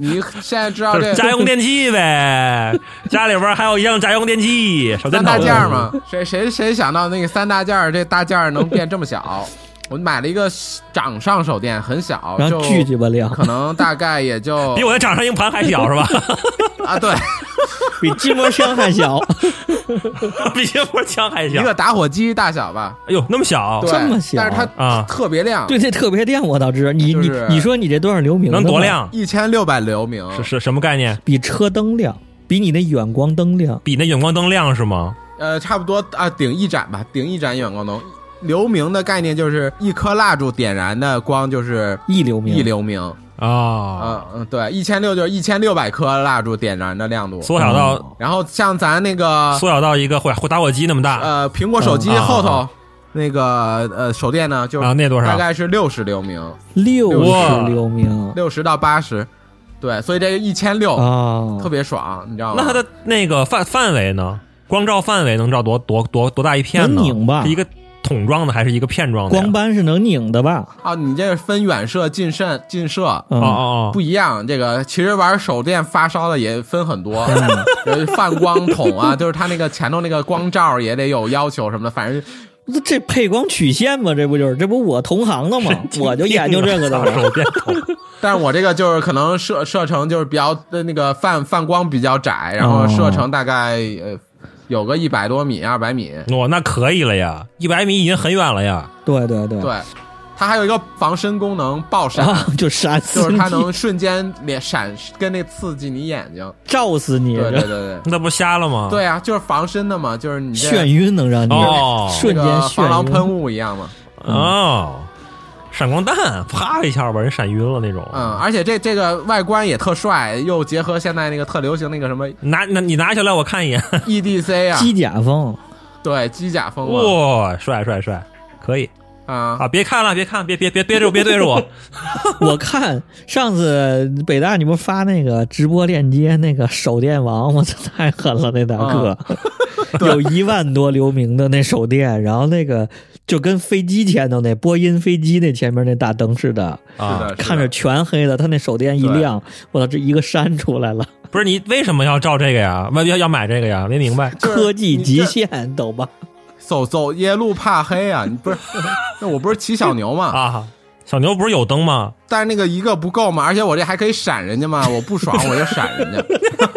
你现在知道就这是 家用电器呗，家里边儿还有一样家用电器，手三电筒大件儿嘛，谁谁谁想到那个三大件儿，这大件儿能变这么小？我买了一个掌上手电，很小，然就后巨鸡巴亮，可能大概也就比我的掌上硬盘还小是 吧？ 啊， 对， 比筋膜枪还小， 比烟火枪还一小。个打火机大小吧，哎呦，那么小对，哦这么小但是它啊特别亮，对这特别电我倒知道。你就你是你说你这多少流明？能多？亮？一千六百流明，是是什么概念？比车灯亮，比你那远光灯亮。比那远光灯亮是吗？呃，差不多啊，顶一盏吧，顶一盏远光灯。流明的概念就是一颗蜡烛点燃的光就是一流明，一流明，啊，嗯嗯，对，一千六就是一千六百颗蜡烛点燃的亮度。缩小到然后像咱那个缩小到一个会会打火机那么大呃，苹果手机嗯啊后啊头那个呃手电呢，就啊？那多大少？概是六十流明，六哇十流明六十到八十，对，所以这一千六啊特！别爽，你知道吗？那它的那个范范围呢？光照范围能照多多多多大一片呢？能拧吧是一个桶状的还是一个片状的呀？光斑是能拧的吧？啊，你这分远射、近射、近射。哦啊，哦不一样，这个其实玩手电发烧的也分很多，嗯 呃泛光筒啊， 就是它那个前头那个光罩也得有要求什么的，反正这这配光曲线嘛，这不就是这不我同行的吗？我啊就研究这个的哦，嘛。手电筒。但是我这个就是可能射射程就是比较呃那个泛泛光比较窄，然后哦射程大概呃有个一百多米、二百米，哇，那可以了呀，一百米已经很远了呀。对对对对，它还有一个防身功能，爆闪，哦啊， 就闪死 就是你，它能瞬间连闪，跟那刺激你眼睛。照死你，对对对这 啊对，那不瞎了吗？对啊，就是防身的嘛，就是你这眩晕能让你哦瞬间那个防眩狼晕。喷雾一样嘛。哦，闪光弹啪一下把人闪晕了那种。嗯，，而且这这个外观也特帅，又结合现在那个特流行那个什么 拿那你拿下来我看一眼。 EDC 啊，机甲风， 对，机甲风哇、嘛帅帅帅，可以啊。啊！别看了，别看，别别别别对着别对 着我。我看上次北大你不是发那个直播链接，那个手电王，我操，太狠了那大哥，啊 有一万多流明的那手电，然后那个就跟飞机前头那波音飞机那前面那大灯似的，是啊的，，是的看着全黑的，他那手电一亮，我操，这一个山出来了，不是你为什么要照这个呀？要要买这个呀？没明 白。就是科技你极这限，懂吧？走走夜路怕黑啊！你不是， 那我不是骑小牛嘛？啊，小牛不是有灯吗？但是那个一个不够嘛，而且我这还可以闪人家嘛，我 不爽我就闪人家。啊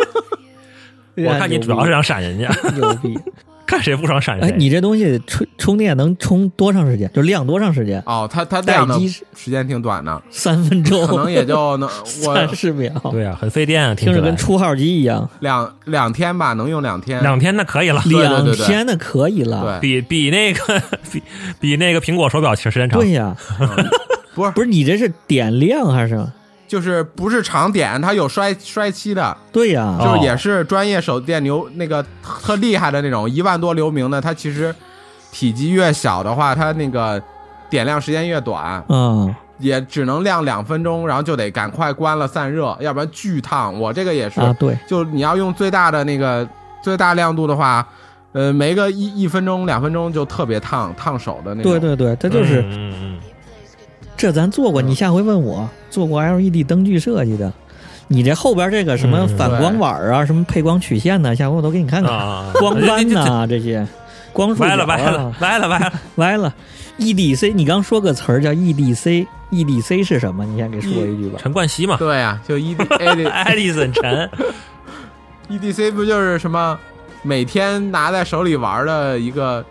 我看你主要是想闪人家，哎牛逼。看谁不爽闪谁。哎，你这东西充充电能充多长时间？就亮多长时间？哦，它它亮的待机是哦时间挺短的，三分钟，可能也 就能我三十秒，对呀、很费电啊，听听起着来跟。出号机一样。两两天吧，能用两天。两天那可以了， 对对两对天的可以了。对，比比那个 比比那个苹果手表其实时间长。呀，嗯不 是不是你这是点亮还是什么？就是不是长点，它有衰衰期的，对呀，哦就是也是专业手电牛那个特厉害的那种，一万多流明的，它其实体积越小的话，它那个点亮时间越短，嗯，也只能亮两分钟，然后就得赶快关了散热，要不然巨烫。我这个也是，啊，对，就你要用最大的那个最大亮度的话，呃，没个一一分钟两分钟就特别烫烫手的那种。对对对，它嗯，就是嗯嗯这咱做嗯过，你下回问我做过 LED 灯具设计的，你这后边这个什么嗯反光碗啊，什么配光曲线呐，下回我都给你看嗯看啊，光斑这 呐这些。光这束 歪了角啊歪了歪了歪了，歪了，EDC，你刚说个词儿叫 E EDC，EDC 是什么？你先给说一句吧。E 陈冠希嘛，对啊，就一 A 爱丽森陈 EDC ，E 不就是什么每天拿在手里玩的一个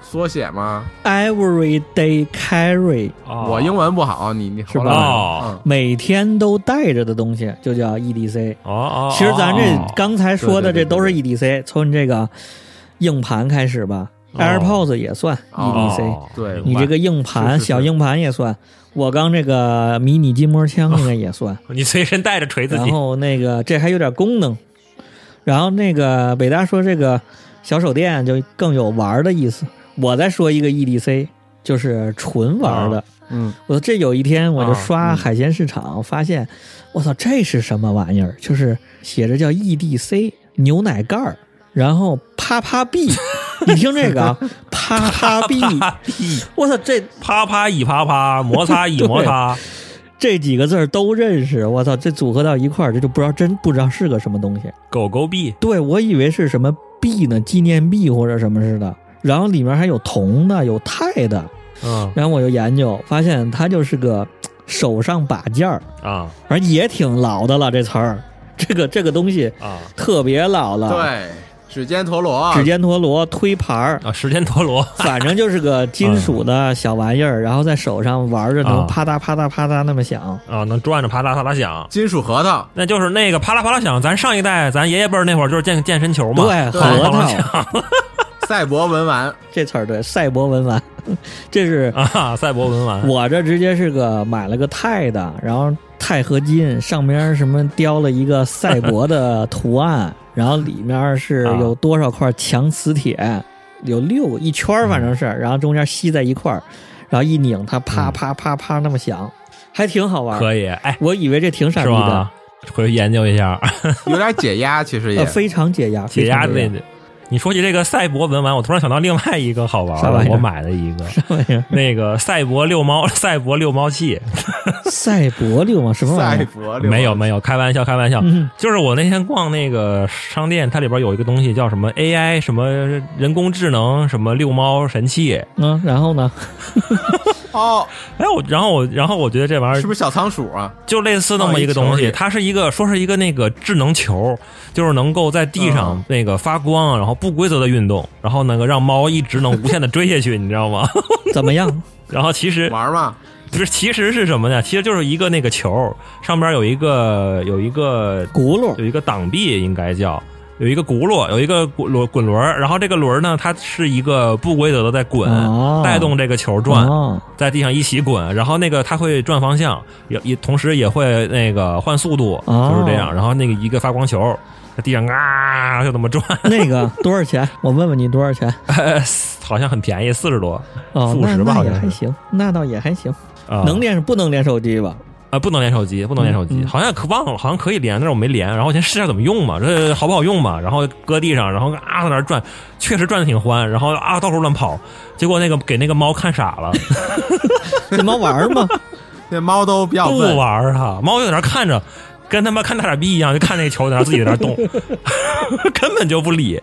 缩写吗？ Every day carry，哦我英文不好，你你是吧后来哦嗯每天都带着的东西就叫 EDC。哦哦，其实咱哦这刚才说的对这对对都是 EDC，从你这个硬盘开始吧哦，AirPods 也算 EDC，哦对明你白这个硬盘是是小是硬盘也算，我刚这个迷你筋膜 枪应该也算，你随身带着锤子然机，后那个这还有点功能，然后那个北大说这个小手电就更有玩儿的意思，我再说一个 EDC，就是纯玩儿的。嗯，我这有一天我就啊刷嗯海鲜市场，发现我操，这是什么玩意儿？就是写着叫 EDC 牛奶盖儿，然后啪啪 B，你听这个啊，啪啪 B，啪啪我操，这啪啪一 啪啪，摩擦一摩擦，这几个字儿都认识，我操，这组合到一块儿，这就不知道真不知道是个什么东西。狗狗币对我以为是什么币呢，纪念币或者什么似的，然后里面还有铜的，有钛的，嗯然后我就研究，发现它就是个手上把件儿。啊反正也挺老的了，这词儿，这个 这个东西啊特别老了。，对，指尖陀螺，啊指尖陀螺推盘儿，啊！时间陀螺，反正就是个金属的小玩意儿，然后在手上玩着能啪嗒啪嗒啪嗒那么响。啊，能转着啪啦啪啦响，金属 核桃，那就是那个啪啦啪啦响。咱上一代，咱爷爷辈儿那会儿就是健健身球嘛，对，核对啪啦啪啦桃响赛博文玩，这词儿对，赛博文玩， 这是啊，赛博文玩我这直接是个买了个钛的，然后钛合金上面什么雕了一个赛博的图案，然后里面是啊有多少块强磁铁，有六个一圈儿反正是，然后中间吸在一块儿，然后一拧它啪嗯啪啪啪那么响，还挺好玩。可以，哎，我以为这挺傻是逼的吗，？回去研究一 下，有点解压，其实呃，也非常解压，解压非常类解的。你说起这个赛博文玩，我突然想到另外一个好玩啥玩意的，儿我买了 一个压玩意儿。那个赛博遛猫， 赛博遛猫器，赛博六吗？什么玩意赛儿？博六没有没有，开玩笑开玩笑，嗯，就是我那天逛那个商店，它里边有一个东西叫什么 AI，什么人工智能，什么遛猫神器。嗯，然后呢？哦，哎，我然后我然后我觉得这玩意是儿不是小仓鼠啊？就类似那么一个哦东一球西，也它是一个说是一个那个智能球，就是能够在地上那个发光，然后不规则的运动，然后那个让猫一直能无限的追下去，你知道吗？ 怎么样？然后其实玩嘛，不是，其实是什么呢？其实就是一个那个球，上边有一个有一个轱辘有一个挡臂，应该叫有一个轱辘，有一个滚轮滚轮儿，然后这个轮儿呢，它是一个不规则的在滚，哦带动这个球转，哦在地上一起滚，然后那个它会转方向，也也同时也会那个换速度，哦就是这样。然后那个一个发光球在地上啊就这么转，那个多少钱？我问问你多少钱？ 好像很便宜，四十多，哎哦，四五那十吧，那好也像还是行，那倒也还行。啊能连不能连手机吧？啊，不能连手机，不能连手机，嗯嗯好像可忘了，好像可以连，但是我没连。然后我先试一下怎么用嘛，这好不好用嘛？然后搁地上，然后啊在那儿转，确实转的挺欢，然后啊到处乱跑，结果那个给那个猫看傻了，怎么玩儿嘛？那猫都比较不笨玩，儿哈、猫就在那儿看着，跟他妈看大傻逼一样，就看那个球在那儿自己在那儿动， 根本就不理。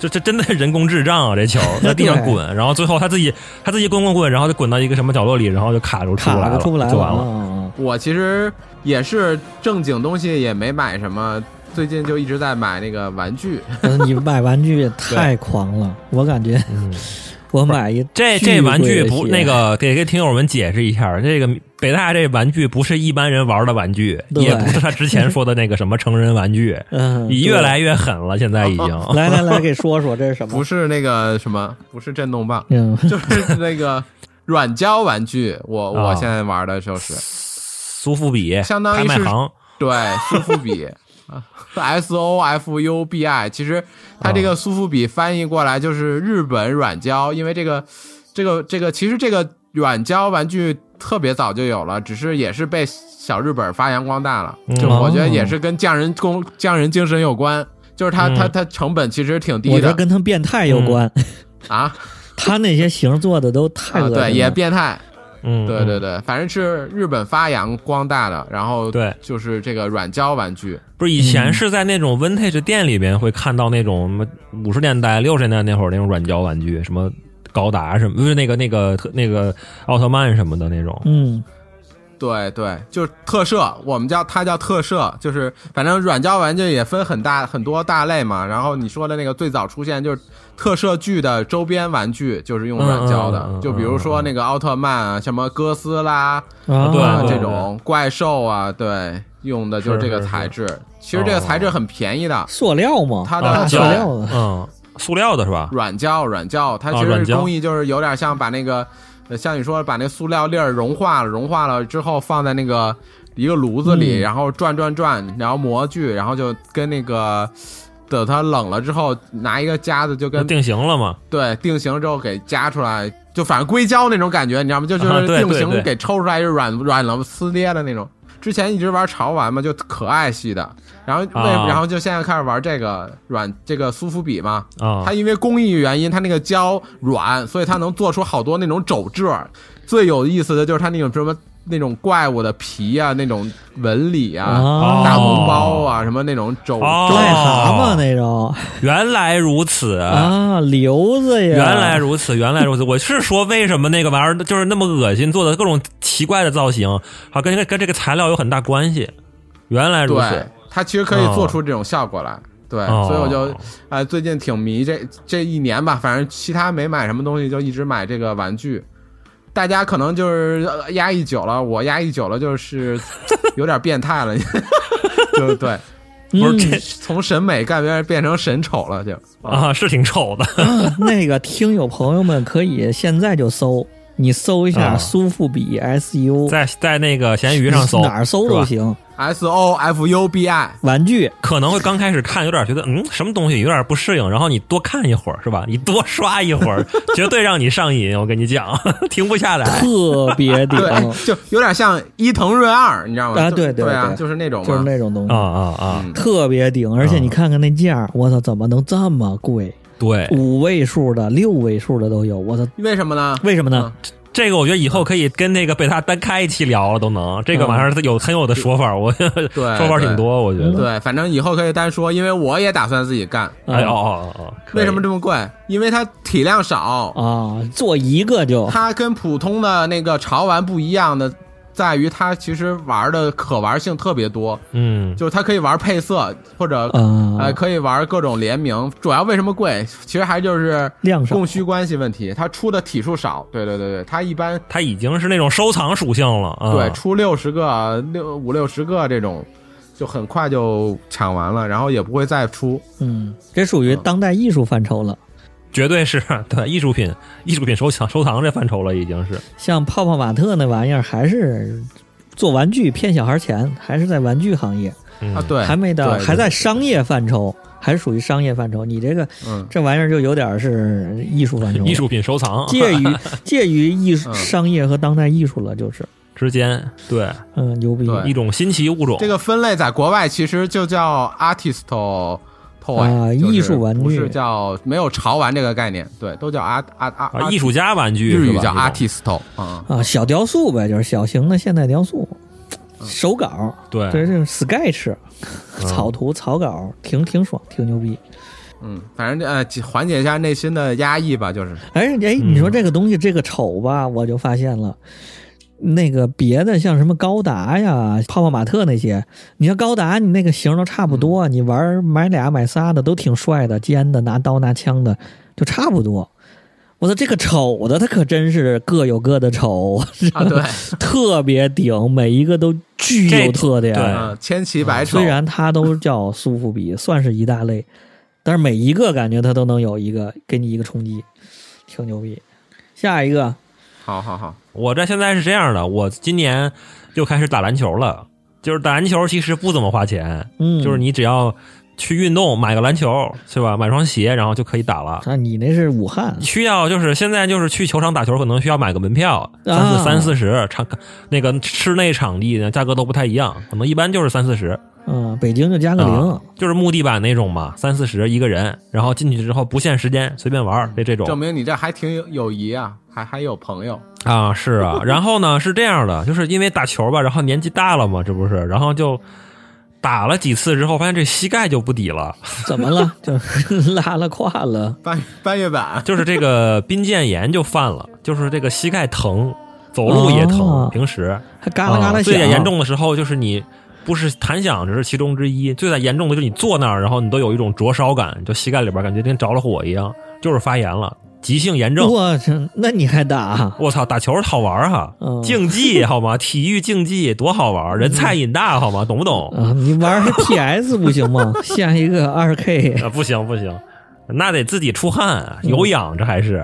这这真的是人工智障啊！这球在地上滚，然后最后他自己他自己滚滚滚，然后就滚到一个什么角落里，然后就卡 住出不卡来了啊了，出不来就完了。了。我其实也是正经东西也没买什么，最近就一直在买那个玩具。 嗯你买玩具 也太狂了，我感觉嗯 我买一这巨贵这玩具的不鞋那个给给听友们解释一下，这个北大这玩具不是一般人玩的玩具，对也不是他之前说的那个什么成人 玩具，嗯，你越来越狠了，现在已经。 对来来来，给说说这是什么？，不是那个什么，不是震动棒 嗯，就是那个软胶玩具。我啊我现在玩的就是苏富比相当于拍卖是行对苏富比啊，S O F U B I。其实它这个苏富比翻译过来就是日本软胶，因为这个这个这个其实这个软胶玩具特别早就有了，只是也是被小日本发扬光大了。就嗯我觉得也是跟匠人工匠人精神有关。就是它，嗯它，它成本其实挺我低觉得的跟他变态有关，啊 他那些形做的都太啊，恶心了。对，也变态，嗯，对对嗯，对，反正是日本发扬光大的，然后对就是这个软胶玩具，不是以嗯前是在那种 vintage 店里边会看到那种什么五十年代、六十年代那会儿那种软胶玩具，什么高达什么，不是那个那个那个奥特曼什么的那种，嗯，对对，就是特摄，我们叫它叫特摄，就是反正软胶玩具也分很大很多大类嘛。然后你说的那个最早出现就是特摄剧的周边玩具，就是用软胶的，嗯嗯嗯嗯就比如说那个奥特曼啊，什么哥斯拉啊对啊对这种怪兽啊，对，用的就是这个是是哦材质。其实这个材质很便宜的，塑料嘛，它啊的塑胶料的，嗯，塑料的是吧？软胶，软胶，它啊其软实胶工艺就是有点像把那个，呃像你说把那塑料粒儿融化了，融化了之后放在那个一个炉子里，嗯然后转转转，然后模具，然后就跟那个等它冷了之后，拿一个夹子就就跟定型了嘛？对定型之后给夹出来，就反正硅胶那种感觉，你知道吗？就就啊是对定对型对给抽出来，就软软了撕裂的那种。之前一直玩潮玩嘛，就可爱系的，然后为、啊然后就现在开始玩这个软这个苏芙比嘛，啊它，因为工艺原因，它那个胶软，所以它能做出好多那种肘褶儿。最有意思的就是它那种什么那种怪物的皮啊，那种纹理啊，啊大红包啊，什么那种肘哦肘癞蛤蟆那种原来如此。啊，瘤子呀，原来如此，原来如此。我是说，为什么那个玩意儿就是那么恶心，做的各种奇怪的造型，啊，跟这个跟这个材料有很大关系。原来如对此，，它其实可以做出这种效果来。对，哦所以我就呃最近挺迷这这一年吧，反正其他没买什么东西，就一直买这个玩具。大家可能就是呃压抑久了，我压抑久了就是 有点变态了， 就对。不是嗯这 从审美干变变成审丑了，就啊，是挺丑的。啊 那个听友朋友们可以现在就搜，你搜一下啊苏富比 SU， 在在那个闲鱼上搜，哦哪儿搜是都吧行， S O F U B I。玩具可能会刚开始看有点觉得嗯什么东西有点不适应，然后你多看一会儿是吧？你多刷一会儿，绝对让你上瘾。我跟你讲， 停不下来。特别 顶对，，哎就有点像伊藤润二，你知道吗？啊就对对对啊，对就是那种 就是嘛。那种东啊西，啊啊！嗯特别顶。而且你看看那价儿，我操，怎么能这么贵？对，五位数的、六位数的都有，我操，为什么呢？为什么呢嗯？这个我觉得以后可以跟那个贝塔单开一期聊了，都能。这个玩意儿它有很有的说法，我 说法挺多，我觉得。对，反正以后可以单说，因为我也打算自己干。哎哦哦哦哦，可嗯以为什么这么贵？因为它体量少，啊，做一个就它跟普通的那个潮玩不一样的，在于它其实玩的可玩性特别多，嗯就是它可以玩配色或者啊呃，，哎可以玩各种联名。主要为什么贵？其实还就是量少供需关系问题。它出的体数少，对对对对，它一般它已经是那种收藏属性了啊。对，出六十个、六五六十个这种，就很快就抢完了，然后也不会再出。嗯，这属于当代艺术范畴了。绝对是对艺术品、艺术品收藏收藏这范畴了，已经是。像泡泡玛特那玩意儿，还是做玩具骗小孩钱，还是在玩具行业，嗯啊，对，还没到，对对还在商业范畴，还是属于商业范畴。你这个嗯，这玩意儿就有点儿是艺术范畴了，艺术品收藏介 于介于艺术嗯商业和当代艺术了，就是 之间，对嗯，牛逼对一种新奇物种。这个分类在国外其实就叫 artist toy，、啊就是艺术玩具不是叫没有潮玩这个概念，对，都叫 art art art，、啊，艺术家玩具日是语吧叫这种 artist toy 啊、啊，小雕塑呗，就是小型的现代雕塑，嗯手稿，对对，这种 sketch，草图、草稿，挺挺爽，挺牛逼。嗯，反正这呃缓解一下内心的压抑吧，就是哎哎，你嗯说这个东西这个丑吧，我就发现了。那个别的像什么高达呀、泡泡玛特那些，你像高达，你那个型都差不嗯多，你玩买俩买仨的都挺帅的，尖的拿刀拿枪的就差不多。我操，这个丑的他可真是各有各的丑，啊，对， 特别顶，每一个都巨有特点。这对嗯，千奇百丑虽，然它都叫苏富比，算是一大类，但是每一个感觉它都能有一个给你一个冲击，挺牛逼。下一个好好好，我这现在是这样的，我今年又开始打篮球了。就是打篮球其实不怎么花钱，嗯就是你只要去运动，买个篮球是吧？买双鞋，然后就可以打了。啊，你那是武汉需要就是现在就是去球场打球，可能需要买个门票，三啊四三四十，场那个室内场地呢价格都不太一样，可能一般就是三四十，啊，北京就加个零啊就是木地板那种嘛，三四十一个人，然后进去之后不限时间，随便玩儿，这这种证明你这还挺有友谊啊，还还有朋友。啊，是啊，然后呢是这样的，就是因为打球吧，然后年纪大了嘛，这不是，然后就打了几次之后，发现这膝盖就不抵了，怎么了？ 就拉了胯了翻翻阅版 就是这个髌腱炎就犯了，就是这个膝盖疼，走路也疼，哦平时还嘎啦嘎啦啊响。最严重的时候就是你不是弹响只是其中之一，最严重的就是你坐那儿，然后你都有一种灼烧感，就膝盖里边感觉跟着了火一样，就是发炎了，急性炎症。我去，那你还打啊？我操，打球好玩儿哈，嗯竞技 好吗？体育竞技多好玩儿，人菜瘾大好吗？懂不懂？啊你玩儿 PS 不行吗？ 下一个二 K 啊，不行不行，那得自己出汗，啊嗯有氧这还是。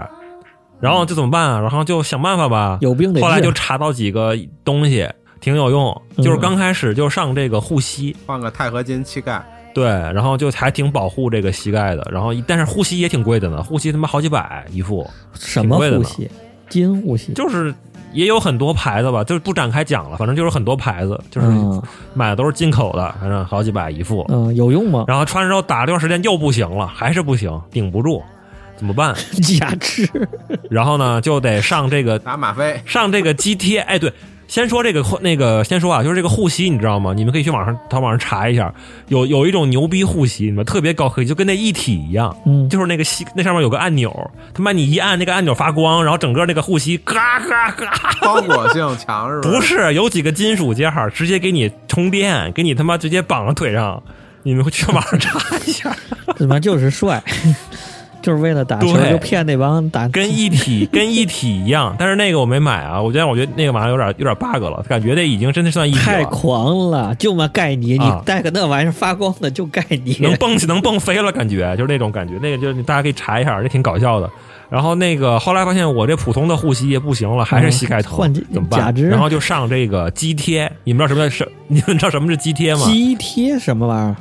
然后这怎么办啊？然后就想办法吧。有病得治后来就查到几个东西挺有用，嗯就是刚开始就上这个护膝，换个钛合金膝盖，对，然后就还挺保护这个膝盖的。然后但是护膝也挺贵的呢，护膝他妈好几百一副，什么护膝？金护膝？就是也有很多牌子吧，就是不展开讲了，反正就是很多牌子，就是嗯买的都是进口的，反正好几百一副。嗯，有用吗？ 然后穿上之后打了一段时间又不行了，还是不行，顶不住，怎么办？假肢？然后呢，就得上这个打吗啡，上这个 GT，哎，对，先说这个护那个，先说啊，就是这个护膝，你知道吗？你们可以去网上淘宝上查一下，有有一种牛逼护膝，你们特别高科技，就跟那一体一样，嗯就是那个膝那上面有个按钮，他妈你一按那个按钮发光，然后整个那个护膝嘎嘎嘎，包裹性强是吧？不是有几个金属件儿直接给你充电，给你他妈直接绑到腿上，你们去网上查一下。怎么就是帅？ 就是为了打球对就骗那帮打跟一体跟一体一样，但是那个我没买啊，我觉得我觉得那个马上有点有点 bug 了，感觉这已经真的算一体太了，狂了，就嘛盖你，你啊带个那玩意儿发光的就盖你，能蹦起能蹦飞了，感觉就是那种感觉，那个就是你大家可以查一下，这挺搞笑的。然后那个后来发现我这普通的护膝也不行了，还是膝盖疼，嗯换几怎么假办？肢然后就上这个肌贴，你们知道什么是？你们知道什么是肌贴吗？肌贴什么玩意儿？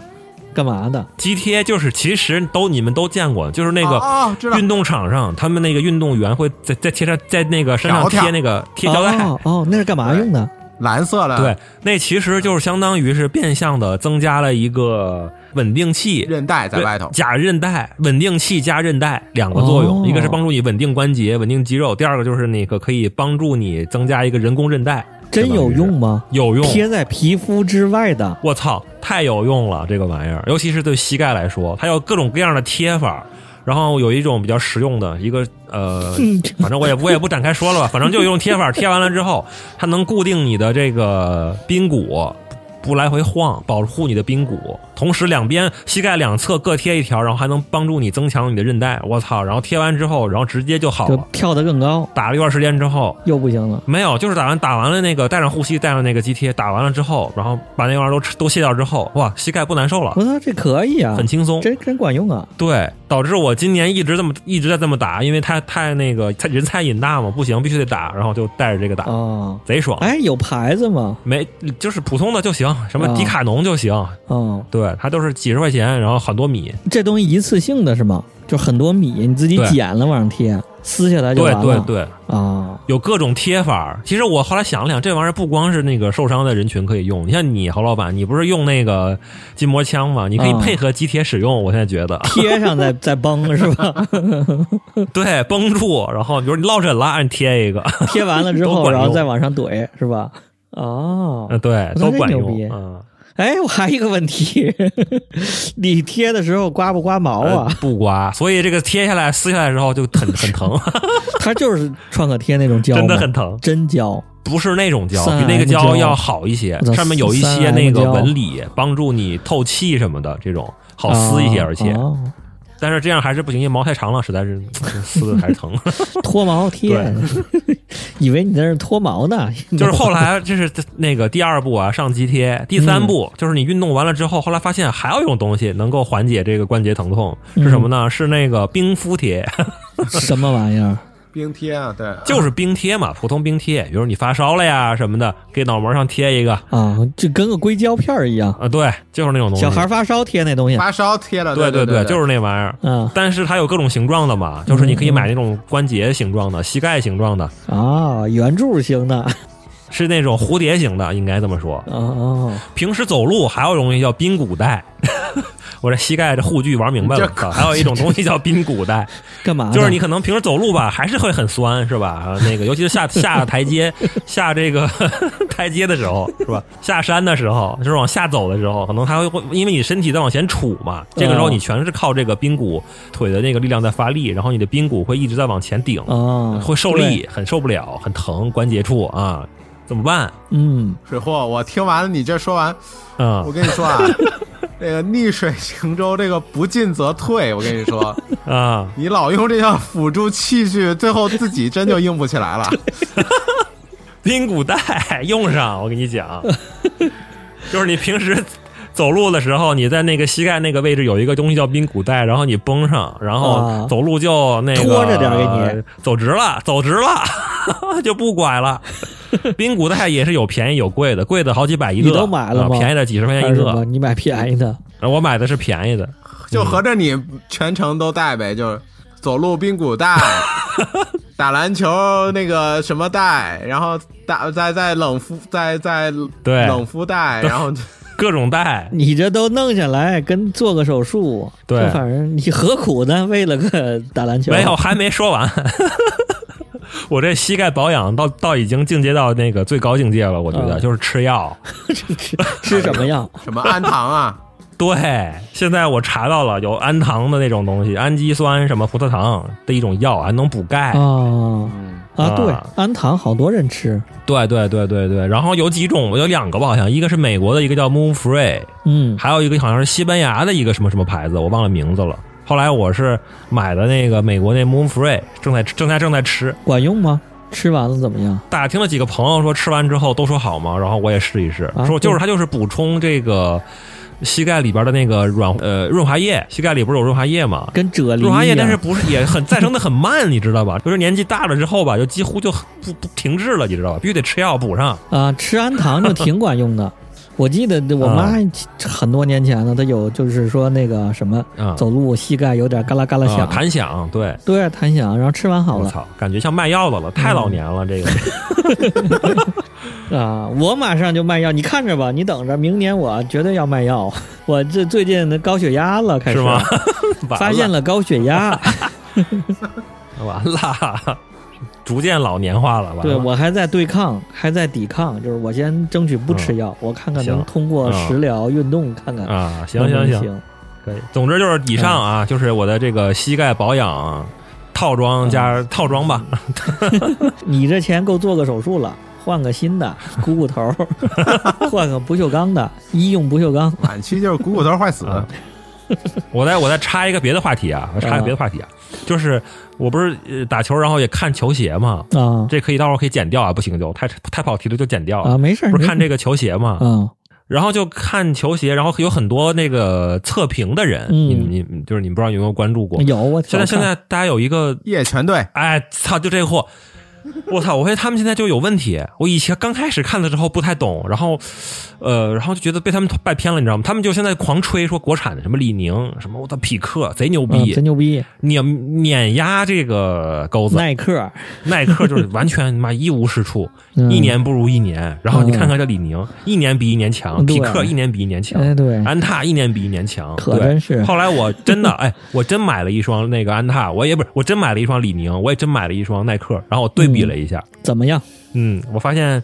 干嘛的？肌贴就是其实都你们都见过，就是那个哦哦知道运动场上他们那个运动员会在在贴上在那个身上条条贴那个贴胶带。哦哦，那是干嘛用的？蓝色的，对，那其实就是相当于是变相的增加了一个稳定器，韧带在对外头，假韧带、稳定器加韧带两个作用，哦一个是帮助你稳定关节、稳定肌肉，第二个就是那个可以帮助你增加一个人工韧带，真相当有于是用？吗？有用。贴在皮肤之外的，我操，太有用了这个玩意儿，尤其是对膝盖来说，它有各种各样的贴法。然后有一种比较实用的一个呃，反正我也不我也不展开说了吧，反正就有一种贴法，贴完了之后，它能固定你的这个髌骨，不来回晃，保护你的髌骨。同时两边膝盖两侧各贴一条，然后还能帮助你增强你的韧带。我操！然后贴完之后，然后直接就好就了。跳得更高，打了一段时间之后，又不行了。没有，就是打完打完了那个带上护膝，带上那个肌贴，打完了之后，然后把那玩意儿都吃都卸掉之后，哇，膝盖不难受了，我操，这可以啊，很轻松。真真管用啊！对，导致我今年一直这么一直在这么打，因为太太那个太人菜瘾大嘛，不行，必须得打，然后就带着这个打，哦，贼爽。哎，有牌子吗？没，就是普通的就行，什么啊迪卡侬就行，哦，对，它都是几十块钱，然后很多米，这东西一次性的是吗？就很多米，你自己对剪了往上贴，撕下来就对完了。对对，啊，有各种贴法。其实我后来想了想，这玩意儿不光是那个受伤的人群可以用，你像你侯老板，你不是用那个筋膜枪吗？你可以嗯配合肌贴使用。我现在 觉得，贴上 再再崩是吧？对，绷住，然后比如你落枕了，你贴一个，贴完了之都后，管用然后再往上怼是吧？哦，嗯， 对，那都真管牛用逼。嗯，哎，我还有一个问题， 你贴的时候刮不刮毛呃啊？不刮，所以这个贴下来、撕下来之后就 很很疼，它就是创可贴那种胶吗，真的很疼。真胶。不是那种胶， 3M 比那个胶要好一些我，操上面有一 3M 些那个胶纹理，帮助你透气什么的，这种好撕一些，哦而且，哦但是这样还是不行，因为毛太长了，实在是嗯撕的还是疼。哦脱毛贴， 以为你在那儿脱毛呢， 就是后来这是那个第二步啊，上肌贴。第三嗯步就是你运动完了之后，后来发现还有一种东西能够缓解这个关节疼痛，嗯是什么呢？是那个冰敷贴， 什么玩意儿？冰贴啊，对，就是冰贴嘛，普通冰贴。比如你发烧了呀什么的，给脑门上贴一个啊，就跟个硅胶片儿一样，啊，对，就是那种东西。小孩发烧贴那东西。发烧贴了，对对对，对，嗯就是那玩意儿。嗯但是它有各种形状的嘛，就是你可以买那种关节形状的、膝盖形状的，啊，圆柱形的是那种蝴蝶形的，应该这么说。哦，平时走路还有一种东西叫髌骨带， 我这膝盖这护具玩明白了这。操还有一种东西叫髌骨带，干嘛呢？就是你可能平时走路吧，还是会很酸，是吧？啊那个，尤其是下 下台阶、下这个 台阶的时候，是吧？下山的时候，就是往下走的时候，可能还会会，因为你身体在往前杵嘛，这个时候嗯你全是靠这个髌骨腿的那个力量在发力，然后你的髌骨会一直在往前顶，啊，会受力，很受不了，很疼，关节处啊，怎么办？嗯，水货，我听完了你这说完，我 嗯跟你说啊，这个逆水行舟，这个不进则退。我跟你说，啊，你老用这项辅助器具，最后自己真就硬不起来了。髌骨带用上，我跟你讲， 就是你平时走路的时候，你在那个膝盖那个位置有一个东西叫髌骨带，然后你绷上，然啊后走路就那个拖着点儿给你走直了，走直了 就不拐了。髌骨带也是有便宜有贵的，贵的好几百一个，你都买了吗啊便宜的几十块还钱有一什个么？，你买便宜的，然后我买的是便宜的，就合着你全程都带呗，就是走路髌 骨带，打篮球那个什么带，然后打再再冷敷再再对冷敷带，然后各种带，你这都弄下来，跟做个手术，对这反正你何苦呢？ 为了个打篮球，没有，还没说完。 我这膝盖保养到到已经境界到那个最高境界了，我觉嗯得、就是吃药。吃吃什么 药？什么氨 糖啊，对，现在我查到了有氨糖的那种东西，氨基酸什么葡萄糖的一种药，还能补钙。哦啊，哎啊对，氨糖好多人吃，对对对对对，然后有几种，有两个吧，好像一个是美国的，一个叫 Moon Free，嗯还有一个好像是西班牙的一个什么什么牌子，我忘了名字了。后来我是买的那个美国那 Moon Free，正在嗯正在正在吃，管用吗？吃完了怎么样？打听了几个朋友说吃完之后都说好嘛，然后我也试一试，啊说就是它就是补充这个膝盖里边的那个软呃润滑液，膝盖里不是有润滑液嘛？跟啫喱润滑一液，样但是不是也很再生的很慢，你知道吧？就是年纪大了之后吧，就几乎就不不停滞了，你知道吧？必须得吃药补上。啊，吃氨糖就挺管用的。 我记得我妈啊很多年前了，她有就是说那个什么，啊走路膝盖有点嘎啦嘎啦啊响，弹响，对，对，弹响，然后吃完好我了嗯操，感觉像卖药的了，太老年了， 这个啊，我马上就卖药，你看着吧，你等着，明年我绝对要卖药。 我这最近高血压了，开始是吗？完 了发现了高血压，完了，逐渐老年化了，完了对我还在对抗，还在抵抗，就是我先争取不吃药，我看看能嗯行通过食疗、运动看看啊，行能不能行行，行，嗯可以。总之就是以上啊，就是我的这个膝盖保养套装嗯加套 装吧，你这钱够做个手术了，换个新 的，股骨头， 换个不锈钢的，医用不锈钢。晚期就是股骨头坏死。嗯啊我再我再插一个别的话题啊，插一个别的话题啊，就是我不是呃打球，然后也看球鞋嘛，啊这可以到时候可以剪掉啊，不行就太太跑题了就剪掉啊，。没事儿，不是看没事这个球鞋嘛，啊，然后就看球鞋，然后有很多那个测评的人，嗯你们你们就是你们不知道有没有关注过？有我现早在看现在大家有一个夜全队哎，操，就这货，我操！我发现他们现在就有问题。我以前刚开始看的时候不太懂，然后，呃，然后就觉得被他们拜偏了，你知道吗？他们就现在狂吹说国产的什么李宁，什么我操匹克贼牛啊逼真，牛逼，碾碾压这个钩子，耐克耐克就是完全妈一无是处， 嗯一年不如一年。然后你看看这李宁，一年比一年强，对匹克一年比一年强，哎对安踏一年比一年强，可对真是后来我真的哎，我真买了一双那个安踏，我也不是，我真买了一双李宁，我也真买了一双耐克，然后我对比了一下，怎么样？嗯，我发现。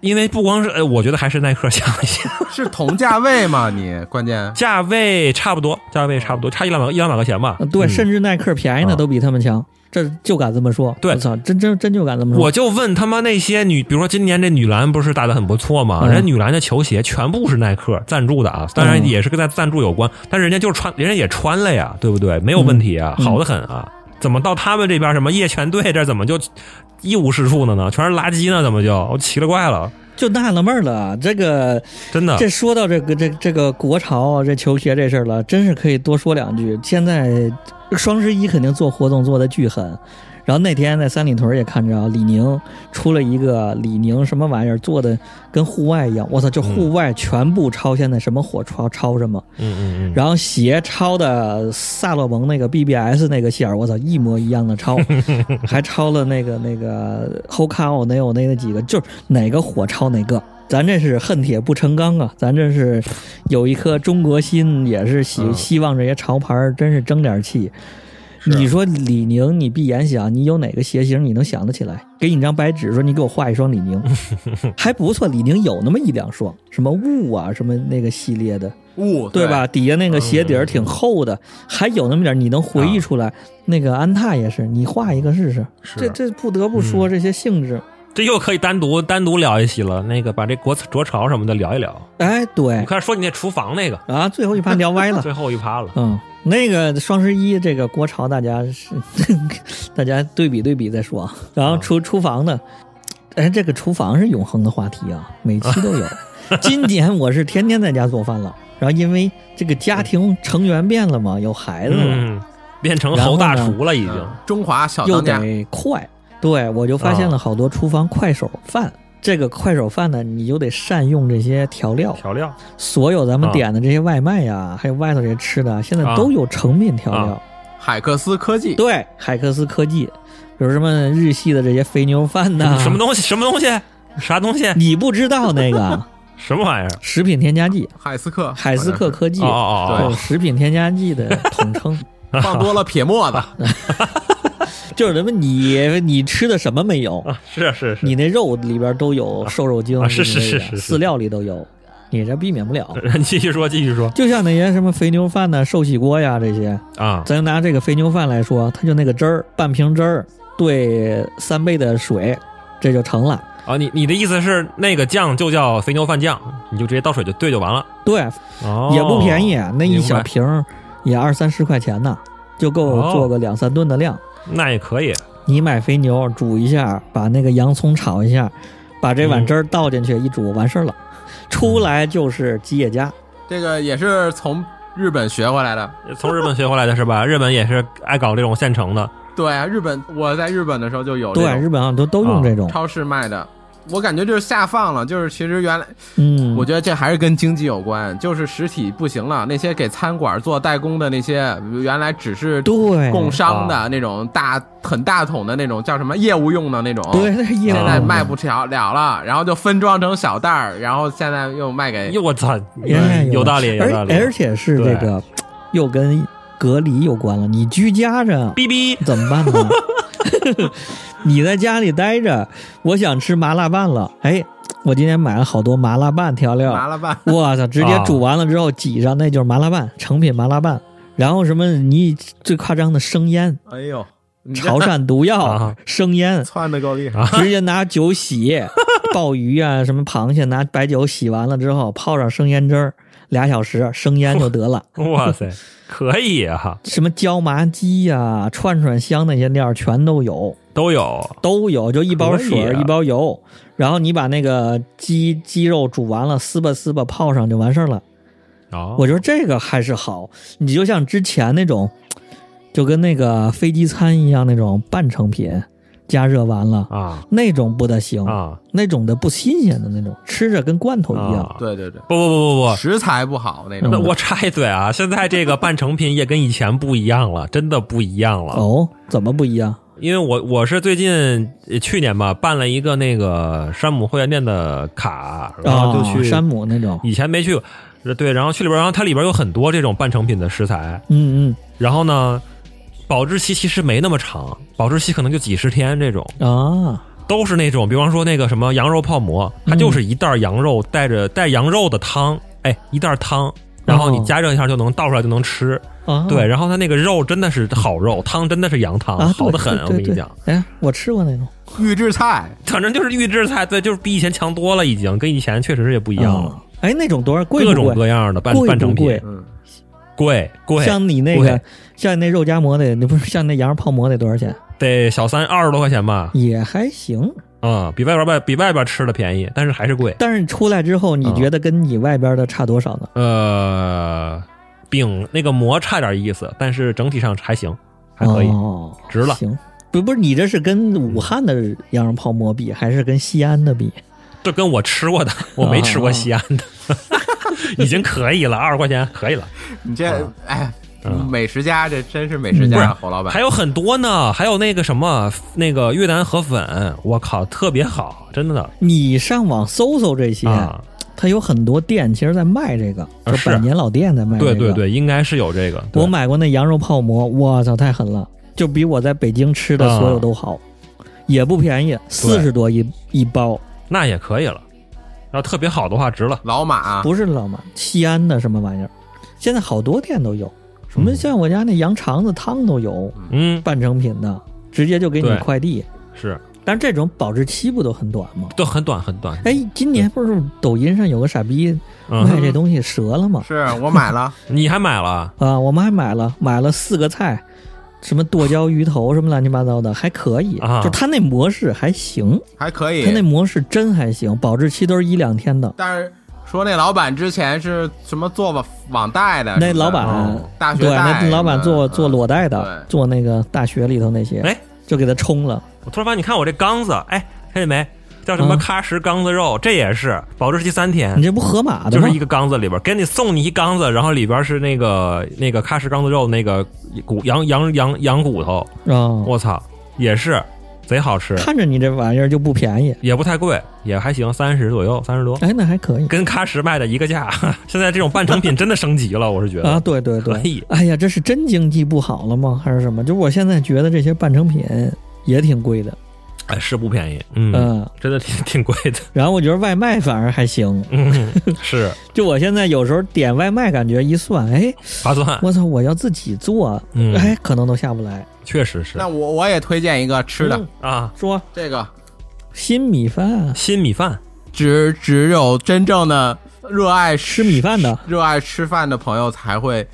因为不光是，呃，我觉得还是耐克强一些，是同价位吗？你关键价位差不多，价位差不多，差一两百一两百块钱吧啊。对，嗯甚至耐克便宜的啊都比他们强，这就敢这么说。对我操，真真真就敢这么说。我就问他妈那些女，比如说今年这女篮不是打得很不错嘛，嗯人家女篮的球鞋全部是耐克赞助的啊，当然嗯也是跟在赞助有关，但是人家就是穿，人家也穿了呀，对不对？没有问题啊，嗯好的很啊，怎么到他们这边什么夜全队这儿怎么就一无是处呢呢？全是垃圾呢？怎么就我奇了怪了？就纳了闷儿了，这个真的这说到这个这这个国潮啊这球鞋这事儿了，真是可以多说两句。现在双十一肯定做活动做的巨狠，然后那天在三里屯也看着李宁出了一个李宁什么玩意儿做的跟户外一样，我操，就户外全部抄现在什么火抄抄什么，嗯嗯嗯，然后鞋抄的萨洛蒙那个 BBS 那个线儿，我操，一模一样的 抄，还抄了那个那个 Hokao 那有那那几个，就是哪个火抄哪个，咱这是恨铁不成钢啊，咱这是有一颗中国心，也是希嗯希望这些潮牌儿真是争点气。是你说李宁，你闭眼想，你有哪个鞋型你能想得起来？给你一张白纸，说你给我画一双李 宁，还不错。李宁有那么一两双，什么雾啊，什么那个系列的，雾对吧？？底下那个鞋底儿挺厚的，还有那么点儿，你能回忆出来。那个安踏也是，你画一个试试。是这这不得不说这些性质。这又可以单独单独聊一期了。那个把这国国潮什么的聊一聊。哎，对你快说你那厨房那个啊，最后一盘聊歪 了。最后一趴了。嗯，那个双十一这个国潮，大家是 大家对比对比再说啊。然后厨厨房的，哎，这个厨房是永恒的话题啊，每期都有。今年我是天天在家做饭了，然后因为这个家庭成员变了嘛，有孩子了，嗯，变成侯大厨了已经。哦嗯中华啊小又当家，得快。对，我就发现了好多厨房快手饭。这个快手饭呢，你就得善用这些调料，调料所有咱们啊点的这些外卖呀，还有外头这些吃的，现在啊都有成品调啊料。海克斯科技，对，海克斯科技，比如什么日系的这些肥牛饭呐、什么东西？什么东西？啥东西？你不知道那 个啊什么玩意儿？食品添加剂，海斯克，海斯克科技，哦哦对，食品添加剂的统称， 好像是放多了撇沫子，就是什么你你吃的什么没有哦，？啊，是是是，你那肉里边都有瘦肉精啊是之类的是是是是饲料里都有，你这避免不了。呃 继续说，继续说就像那些什么肥牛饭呐、寿喜锅呀这些，啊，咱就拿这个肥牛饭来说，它就那个汁儿，半瓶汁儿兑三杯的水，这就成了。啊，你你的意思是那个酱就叫肥牛饭酱，你就直接倒水就兑就完了，对，哦，也不便宜，那一明白小瓶儿也二三十块钱呢，就够哦做个两三顿的量。那也可以，你买肥牛煮一下，把那个洋葱炒一下，把这嗯碗汁儿倒进去一煮，完事儿了。出来就是吉野家，这个也是从日本学回来的。从日本学回来的是吧？日本也是爱搞这种现成的，对啊，日本我在日本的时候就有这对，日种本好像都啊都用这嗯种。超市卖的，我感觉就是下放了，就是其实原来嗯，我觉得这还是跟经济有关，就是实体不行了，那些给餐馆做代工的那些，原来只是对供商的那种大很大桶的那种叫什么业务用的那种，对，那是业务现在啊卖不了了了，然后就分装成小袋儿，然后现在又卖给哟我操，哎有道理有而道理，而且是这个又跟隔离有关了，你居家着，哔哔，怎么办呢？ 你在家里待着，我想吃麻辣拌了。哎，我今天买了好多麻辣拌调啊麻料，辣拌，我操，直接煮完了之后挤上，那就是麻辣拌，成品麻辣拌。然后什么你最夸张的生 腌、哎呦，你这潮汕毒药啊、生腌，窜的够厉害，直接拿酒洗鲍鱼啊，什么螃蟹，拿白酒洗完了之后泡上生腌汁儿，俩小时生腌就得了。哇塞，可以啊， 什么椒麻鸡呀、串串香那些料儿全都有。都有，都有，就一包水、可以啊一包油，然后你把那个鸡鸡肉煮完了，撕吧撕吧泡上就完事儿了。哦，我觉得这个还是好，你就像之前那种，就跟那个飞机餐一样那种半成品，加热完了、啊那种不得行，啊那种的不新鲜的那种，吃着跟罐头一样。啊，对对对，不不不不不，食材不好嗯那那种，我插一嘴啊，现在这个半成品也跟以前不一样了，真的不一样了。哦，怎么不一样？因为我我是最近呃去年吧办了一个那个山姆会员店的卡，然后就哦去、山姆那种，以前没去过，呃对，然后去里边，然后它里边有很多这种半成品的食材，嗯然后呢，保质期其实没那么长，保质期可能就几十天这种。嗯啊，都是那种，比方说那个什么羊肉泡馍，嗯它就是一袋羊肉带着带羊肉的汤，哎，一袋汤，然后你哦加热一下就能倒出来就能吃。啊对，然后它那个肉真的是好肉，汤真的是羊汤，啊，好的很。对我跟对你对讲，，哎，我吃过那种。预制菜反正就是预制菜，对，就是比以前强多了，已经跟以前确实是也不一样了。哦哎，那种多少贵不各贵？种各样的半贵不半成品贵，嗯，贵贵，像你那贵个，像你那肉夹馍得，那不是像那羊肉泡馍得多少钱？得小三二十多块钱吧，也还行，嗯，比外边外比外边吃的便宜，但是还是贵。但是出来之后，你觉得跟你外边的差多少呢？呃，饼那个馍差点意思，但是整体上还行，还可以。哦，值了行，不不是你这是跟武汉的羊肉泡馍比，还是跟西安的比？这跟我吃过的，我啊没 吃过西安的，已经可以了，二十块钱可以了。嗯你这哎，啊嗯美食家，这真是美食不是家，侯老板。还有很多呢，还有那个什么那个越南河粉，我靠，特别好，真的你上网搜搜这些，啊！它有很多店其实在卖这个，啊就是百年老店在卖、这个。对对，对，应该是有这个。对我买过那羊肉泡馍，我操，太狠了，就比我在北京吃的所有都好，也不便宜，四十多一一包，那也可以了，要特别好的话值了。老马，啊不是老马，西安的什么玩意儿，现在好多店都有，什么嗯像我家那羊肠子汤都有，嗯，半成品的，直接就给你对快递。是，但这种保质期不都很短吗？都很短很短。哎，今年不是抖音上有个傻逼卖嗯，这东西折了吗？是我买了， 你还买了？啊，我们还买了买了四个菜，什么剁椒鱼头什么乱七八糟的，还可以，啊就它那模式还行，还可它那以。模式真还行，保质期都是一两天的。但是说那老板之前是什么做网网贷的什么的？那老板、哦大学对，啊贷那什么的，老板做嗯做裸贷的，对做那个大学里头那些，哎，就给他冲了。我突然发现，你看我这缸子，哎，看见没？叫什么嗯喀什缸子肉，这也是保质期三天你。这不河马的嗯就吗？是一个缸子里边，给你送你一缸子，然后里边是那个那个喀什缸子肉，那个骨羊羊羊羊骨头，啊，我操，也是贼好吃，看着你这玩意儿就不便宜，也不太贵，也还行，三十左右，三十多，哎，那还可以。跟喀什卖的一个价。 现在这种半成品真的升级了，我是觉啊，得，对对对可以，哎呀，这是真经济不好了吗？还是什么？就我现在觉得这些半成品也挺贵的，哎，是不便宜，嗯，嗯，真的挺挺贵的，然后我觉得外卖反而还行，嗯， 是就我现在有时候点外卖，感觉一算，哎，划算，我操，我要自己做，啊嗯哎，可能都下不来。确实是那我我也推荐一个吃的，嗯啊。说这个新米饭，啊新米饭，只只有真正的热爱吃米饭的，热爱吃饭的朋友才会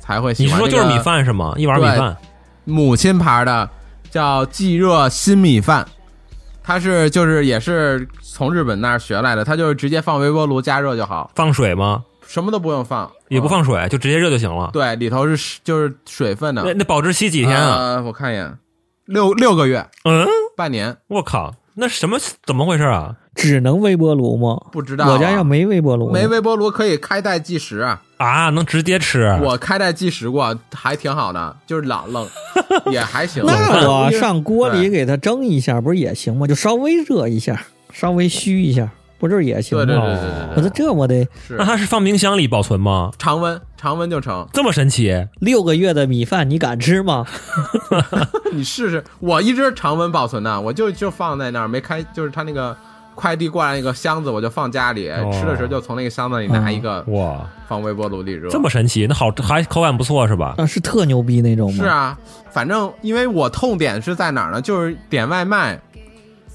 才会喜你欢。是说就是米？饭是吗？一碗米饭，母亲牌的叫即热新米饭，它是就是也是从日本那儿学来的，它就是直接放微波炉加热就好，放水吗？什么都不用放，也嗯。不放水，就直接热就行了。对，啊里头是就是水分的。那那保质期几天啊？呃我看一眼，六六个月，嗯，半年，我靠，那什么怎么回事啊？只能微波炉吗？不知道啊、我家要没微波炉，没微波炉可以开袋计时啊，啊，能直接吃？我开袋计时过，还挺好的，就是老 冷，也还行。啊那我因为上锅里哎对给它蒸一下，不是也行吗？就稍微热一下，稍微虚一下，不就是也行吗？对对对对哦对我对说这我得那是它是放冰箱里保存吗？常温，常温就成。这么神奇？六个月的米饭，你敢吃吗？你试试，我一直常温保存的，我就就放在那儿没开，就是他那个快递过来那个箱子，我就放家里，哦吃的时候就从那个箱子里拿一个哇，放微波炉里热。这么神奇？那好，还口感不错是吧？啊，是特牛逼那种吗？是啊，反正因为我痛点是在哪儿呢？就是点外卖，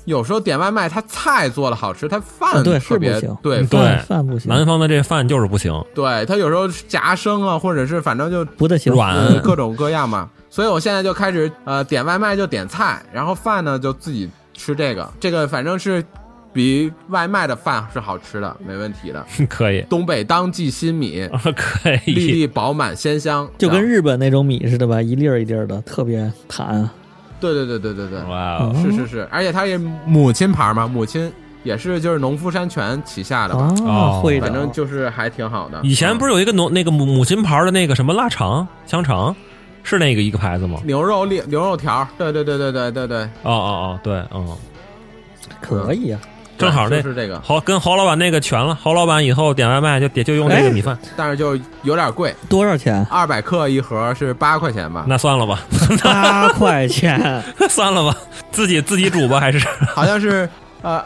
有时候点外卖，它菜做的好吃，它啊饭对特别、是不行对对饭饭不行，南方的这饭就是不行， 对，它有时候夹生啊，或者是反正就不太行。软呃各种各样嘛。所以我现在就开始呃点外卖就点菜，然后饭呢就自己吃这个，这个反正是比外卖的饭是好吃的，没问题的。可以， 东北当季新米，可粒以。粒饱满鲜香，就跟是吧日本那种米似的吧，一粒儿一粒儿的，特别弹。啊对对对对对对，哇嗯哦，是是是，而且它也母亲牌嘛，母亲也是就是农夫山泉旗下的吧，啊，哦会的，反正就是还挺好嗯的。以前不是是有一个农那个母母亲牌的那个什么腊肠香肠，是那个一个牌子吗？嗯牛肉粒牛肉条儿，对对对对对对对，哦哦哦，对，嗯，可以啊。正好对那就是这嗯个，侯跟侯老板那个全了，侯老板以后点外卖就点就用哎这个米饭，但是就有点贵，？多少钱二百克一盒是八块钱吧，那算了吧， 八块钱，算了吧，自己自己煮吧，还是 好像是呃。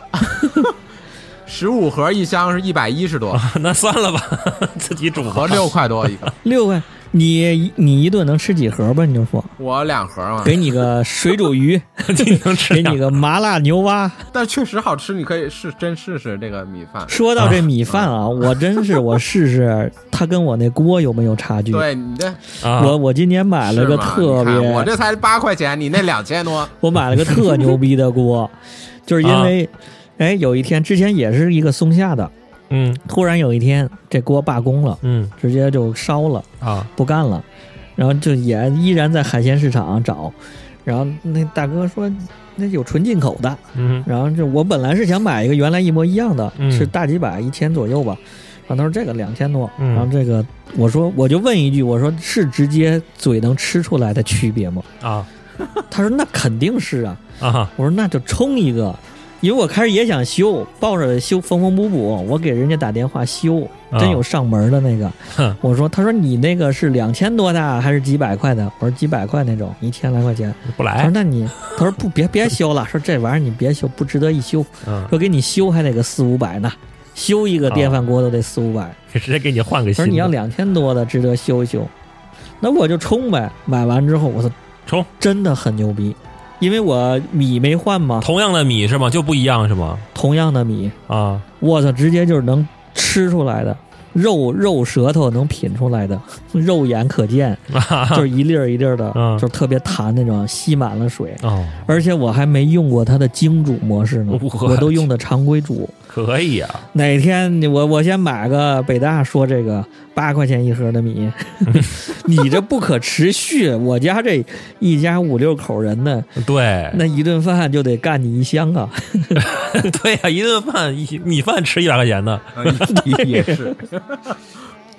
十五盒一箱是一百一十 多，那算了吧，自己煮吧合。六块多一个，六块。你你一顿能吃几盒吧？你就说，我两盒嘛。给你个水煮鱼， 你能吃给两你个麻辣牛蛙。但确实好吃，你可以试真试试这个米饭。说到这米饭啊，我真是我试试它跟我那锅有没有差距。对你这啊？我我今年买了是个吗特你别，看我这才八块钱，你那两千多，我买了个特牛逼的 锅，就是因啊为，哎，有一天之前也是一个松下的，嗯突然有一天这锅罢工了，嗯直接就烧了，啊，不干了，然后就也依然在海鲜市场找，然后那大哥说那有纯进口的，嗯然后就我本来是想买一个原来一模一样的，嗯是大几百一千左右吧，然后他说这个两千多，嗯然后这个我说我就问一句，我说是直接嘴能吃出来的区别吗？啊他说那肯定是啊，啊我说那就冲一个，因为我开始也想修，抱着修缝缝补补，我给人家打电话修，真有上门的那个。啊哼我说，他说你那个是两千多的还是几百块的？我说几百块那种，一千来块钱。不他说来，那你，他说不别别修了，说这玩意儿你别修，不值得一修，嗯，说给你修还得个四五百呢。修一个电饭锅都得四五百，直接给你换个他说新你要哦的，两千多的值得修一修，那我就冲呗。买完之后，我操，冲，真的很牛逼，因为我米没换嘛，同样的米是吗？就不一样是吗？同样的米，啊，我操，直接就是能吃出来的，肉肉舌头能品出来的， 肉眼可 见，就是一粒儿一粒儿的，嗯就是特别弹那种，吸满了水。哦，而且我还没用过它的精煮模式呢，我我都用的常规煮。可以啊，哪天你我我先买个北大说这个八块钱一盒的米， 你这不可持续。我家这一家五六口人呢，对那一顿饭就得干你一箱 啊。对呀，一顿饭一米饭吃一百块钱的， 也也是，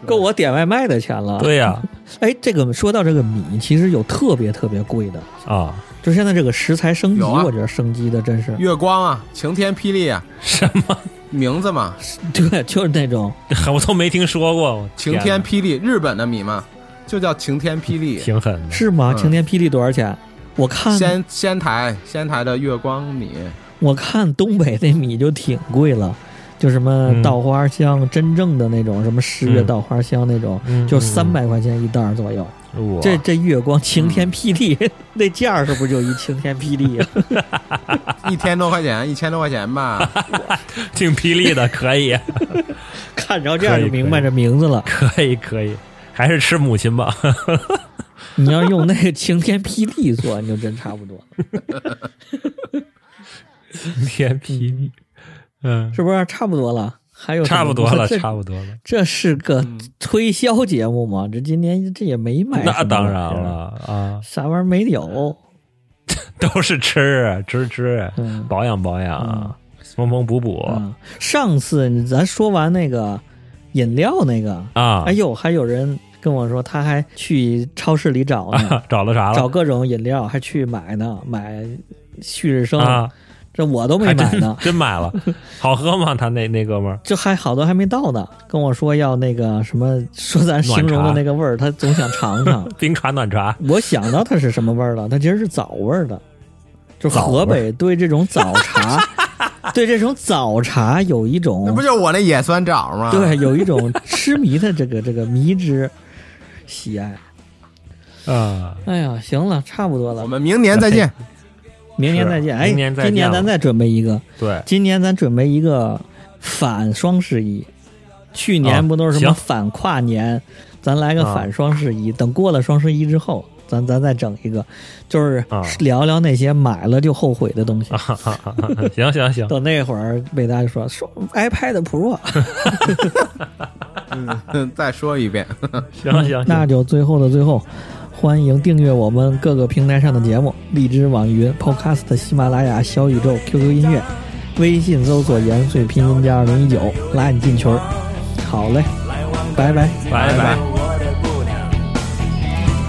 够我点外卖的钱了。对呀，哎，这个说到这个米，其实有特别特别贵的，啊，就现在这个食材升级，有啊我觉得升级的真是月光啊，晴天霹雳啊，什么？ 名字嘛，对，就是那种我都没听说过，我晴天天哪霹雳，日本的米嘛，就叫晴天霹雳。挺狠的，是吗？嗯晴天霹雳多少钱？我看仙仙台仙台的月光米， 我看东北那米就挺贵了，就什么嗯稻花香，真正的那种什么十月嗯稻花香那种，嗯嗯就三百块钱一袋儿左右。我这这月光晴天霹雳、 那价儿是不是就一晴天霹雳啊？ 一千多块钱，一千多块钱吧。挺霹雳的，可以，啊看着这样就明白可以可以这名字了。可以，可以，还是吃母亲吧。 你要用那个晴天霹雳做，你就真差不多。天霹雳，嗯，是不是差不多了？还有什么差不多了，这差不多了。这是个推销节目吗？这今年这也没卖。那当然，了哎啊，啥玩意儿没有？都是吃啊吃吃嗯，保养保养，缝缝补补啊嗯，上次咱说完那个饮料那个，啊。哎呦，还有人跟我说他还去超市里找呢，啊，找到啥找了？各种饮料，还去买呢，买旭日升，啊，这我都没还买真呢。真 买了，好喝吗？他那那哥们儿就还好多还没到呢，跟我说要那个什么，说咱形容的那个味儿，他总想尝尝。冰茶暖茶我想到它是什么味儿了，它其实是枣味儿的，就河北对这种早茶，对这种早茶有一那种不就是我那野酸枣吗？对有一种痴迷的这个这个迷之喜爱。啊，哎呀，行了，差不多我了，们明年再见。明年再见。哎，明年再见今年咱了再准备一个，对， 今年咱准备一个反双十一。去啊年不都是什么行反跨年，咱来个啊反双十一。等过了双十一之后，咱咱再整一个，就是啊聊聊那些买了就后悔的东西。哈哈哈哈行行行，等那会儿，贝达就说说哎 iPad Pro，嗯，再说一遍，行行行，那就最后的最后，欢迎订阅我们各个平台上的节目：荔枝、网易云、Podcast、喜马拉雅、小宇宙、QQ 音乐、微信搜索“延岁拼音加二零一九”，拉你进群儿。好嘞，拜拜。拜拜。我的姑娘。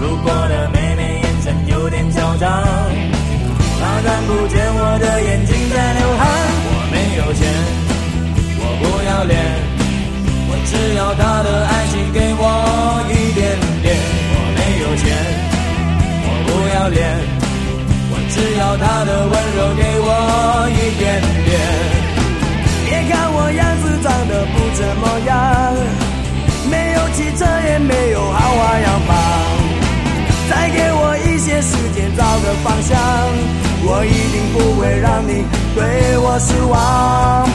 路过的妹妹眼神有点嚣张，她看不见我的眼睛在流汗。我没有钱，我不要脸，我只要她的爱情给我一点点。我没有钱，我不要脸，我只要她的温柔给我一点点。别看我样子长得不怎么样，没有汽车也没有豪华洋房，再给我一些时间找个方向，我一定不会让你对我失望。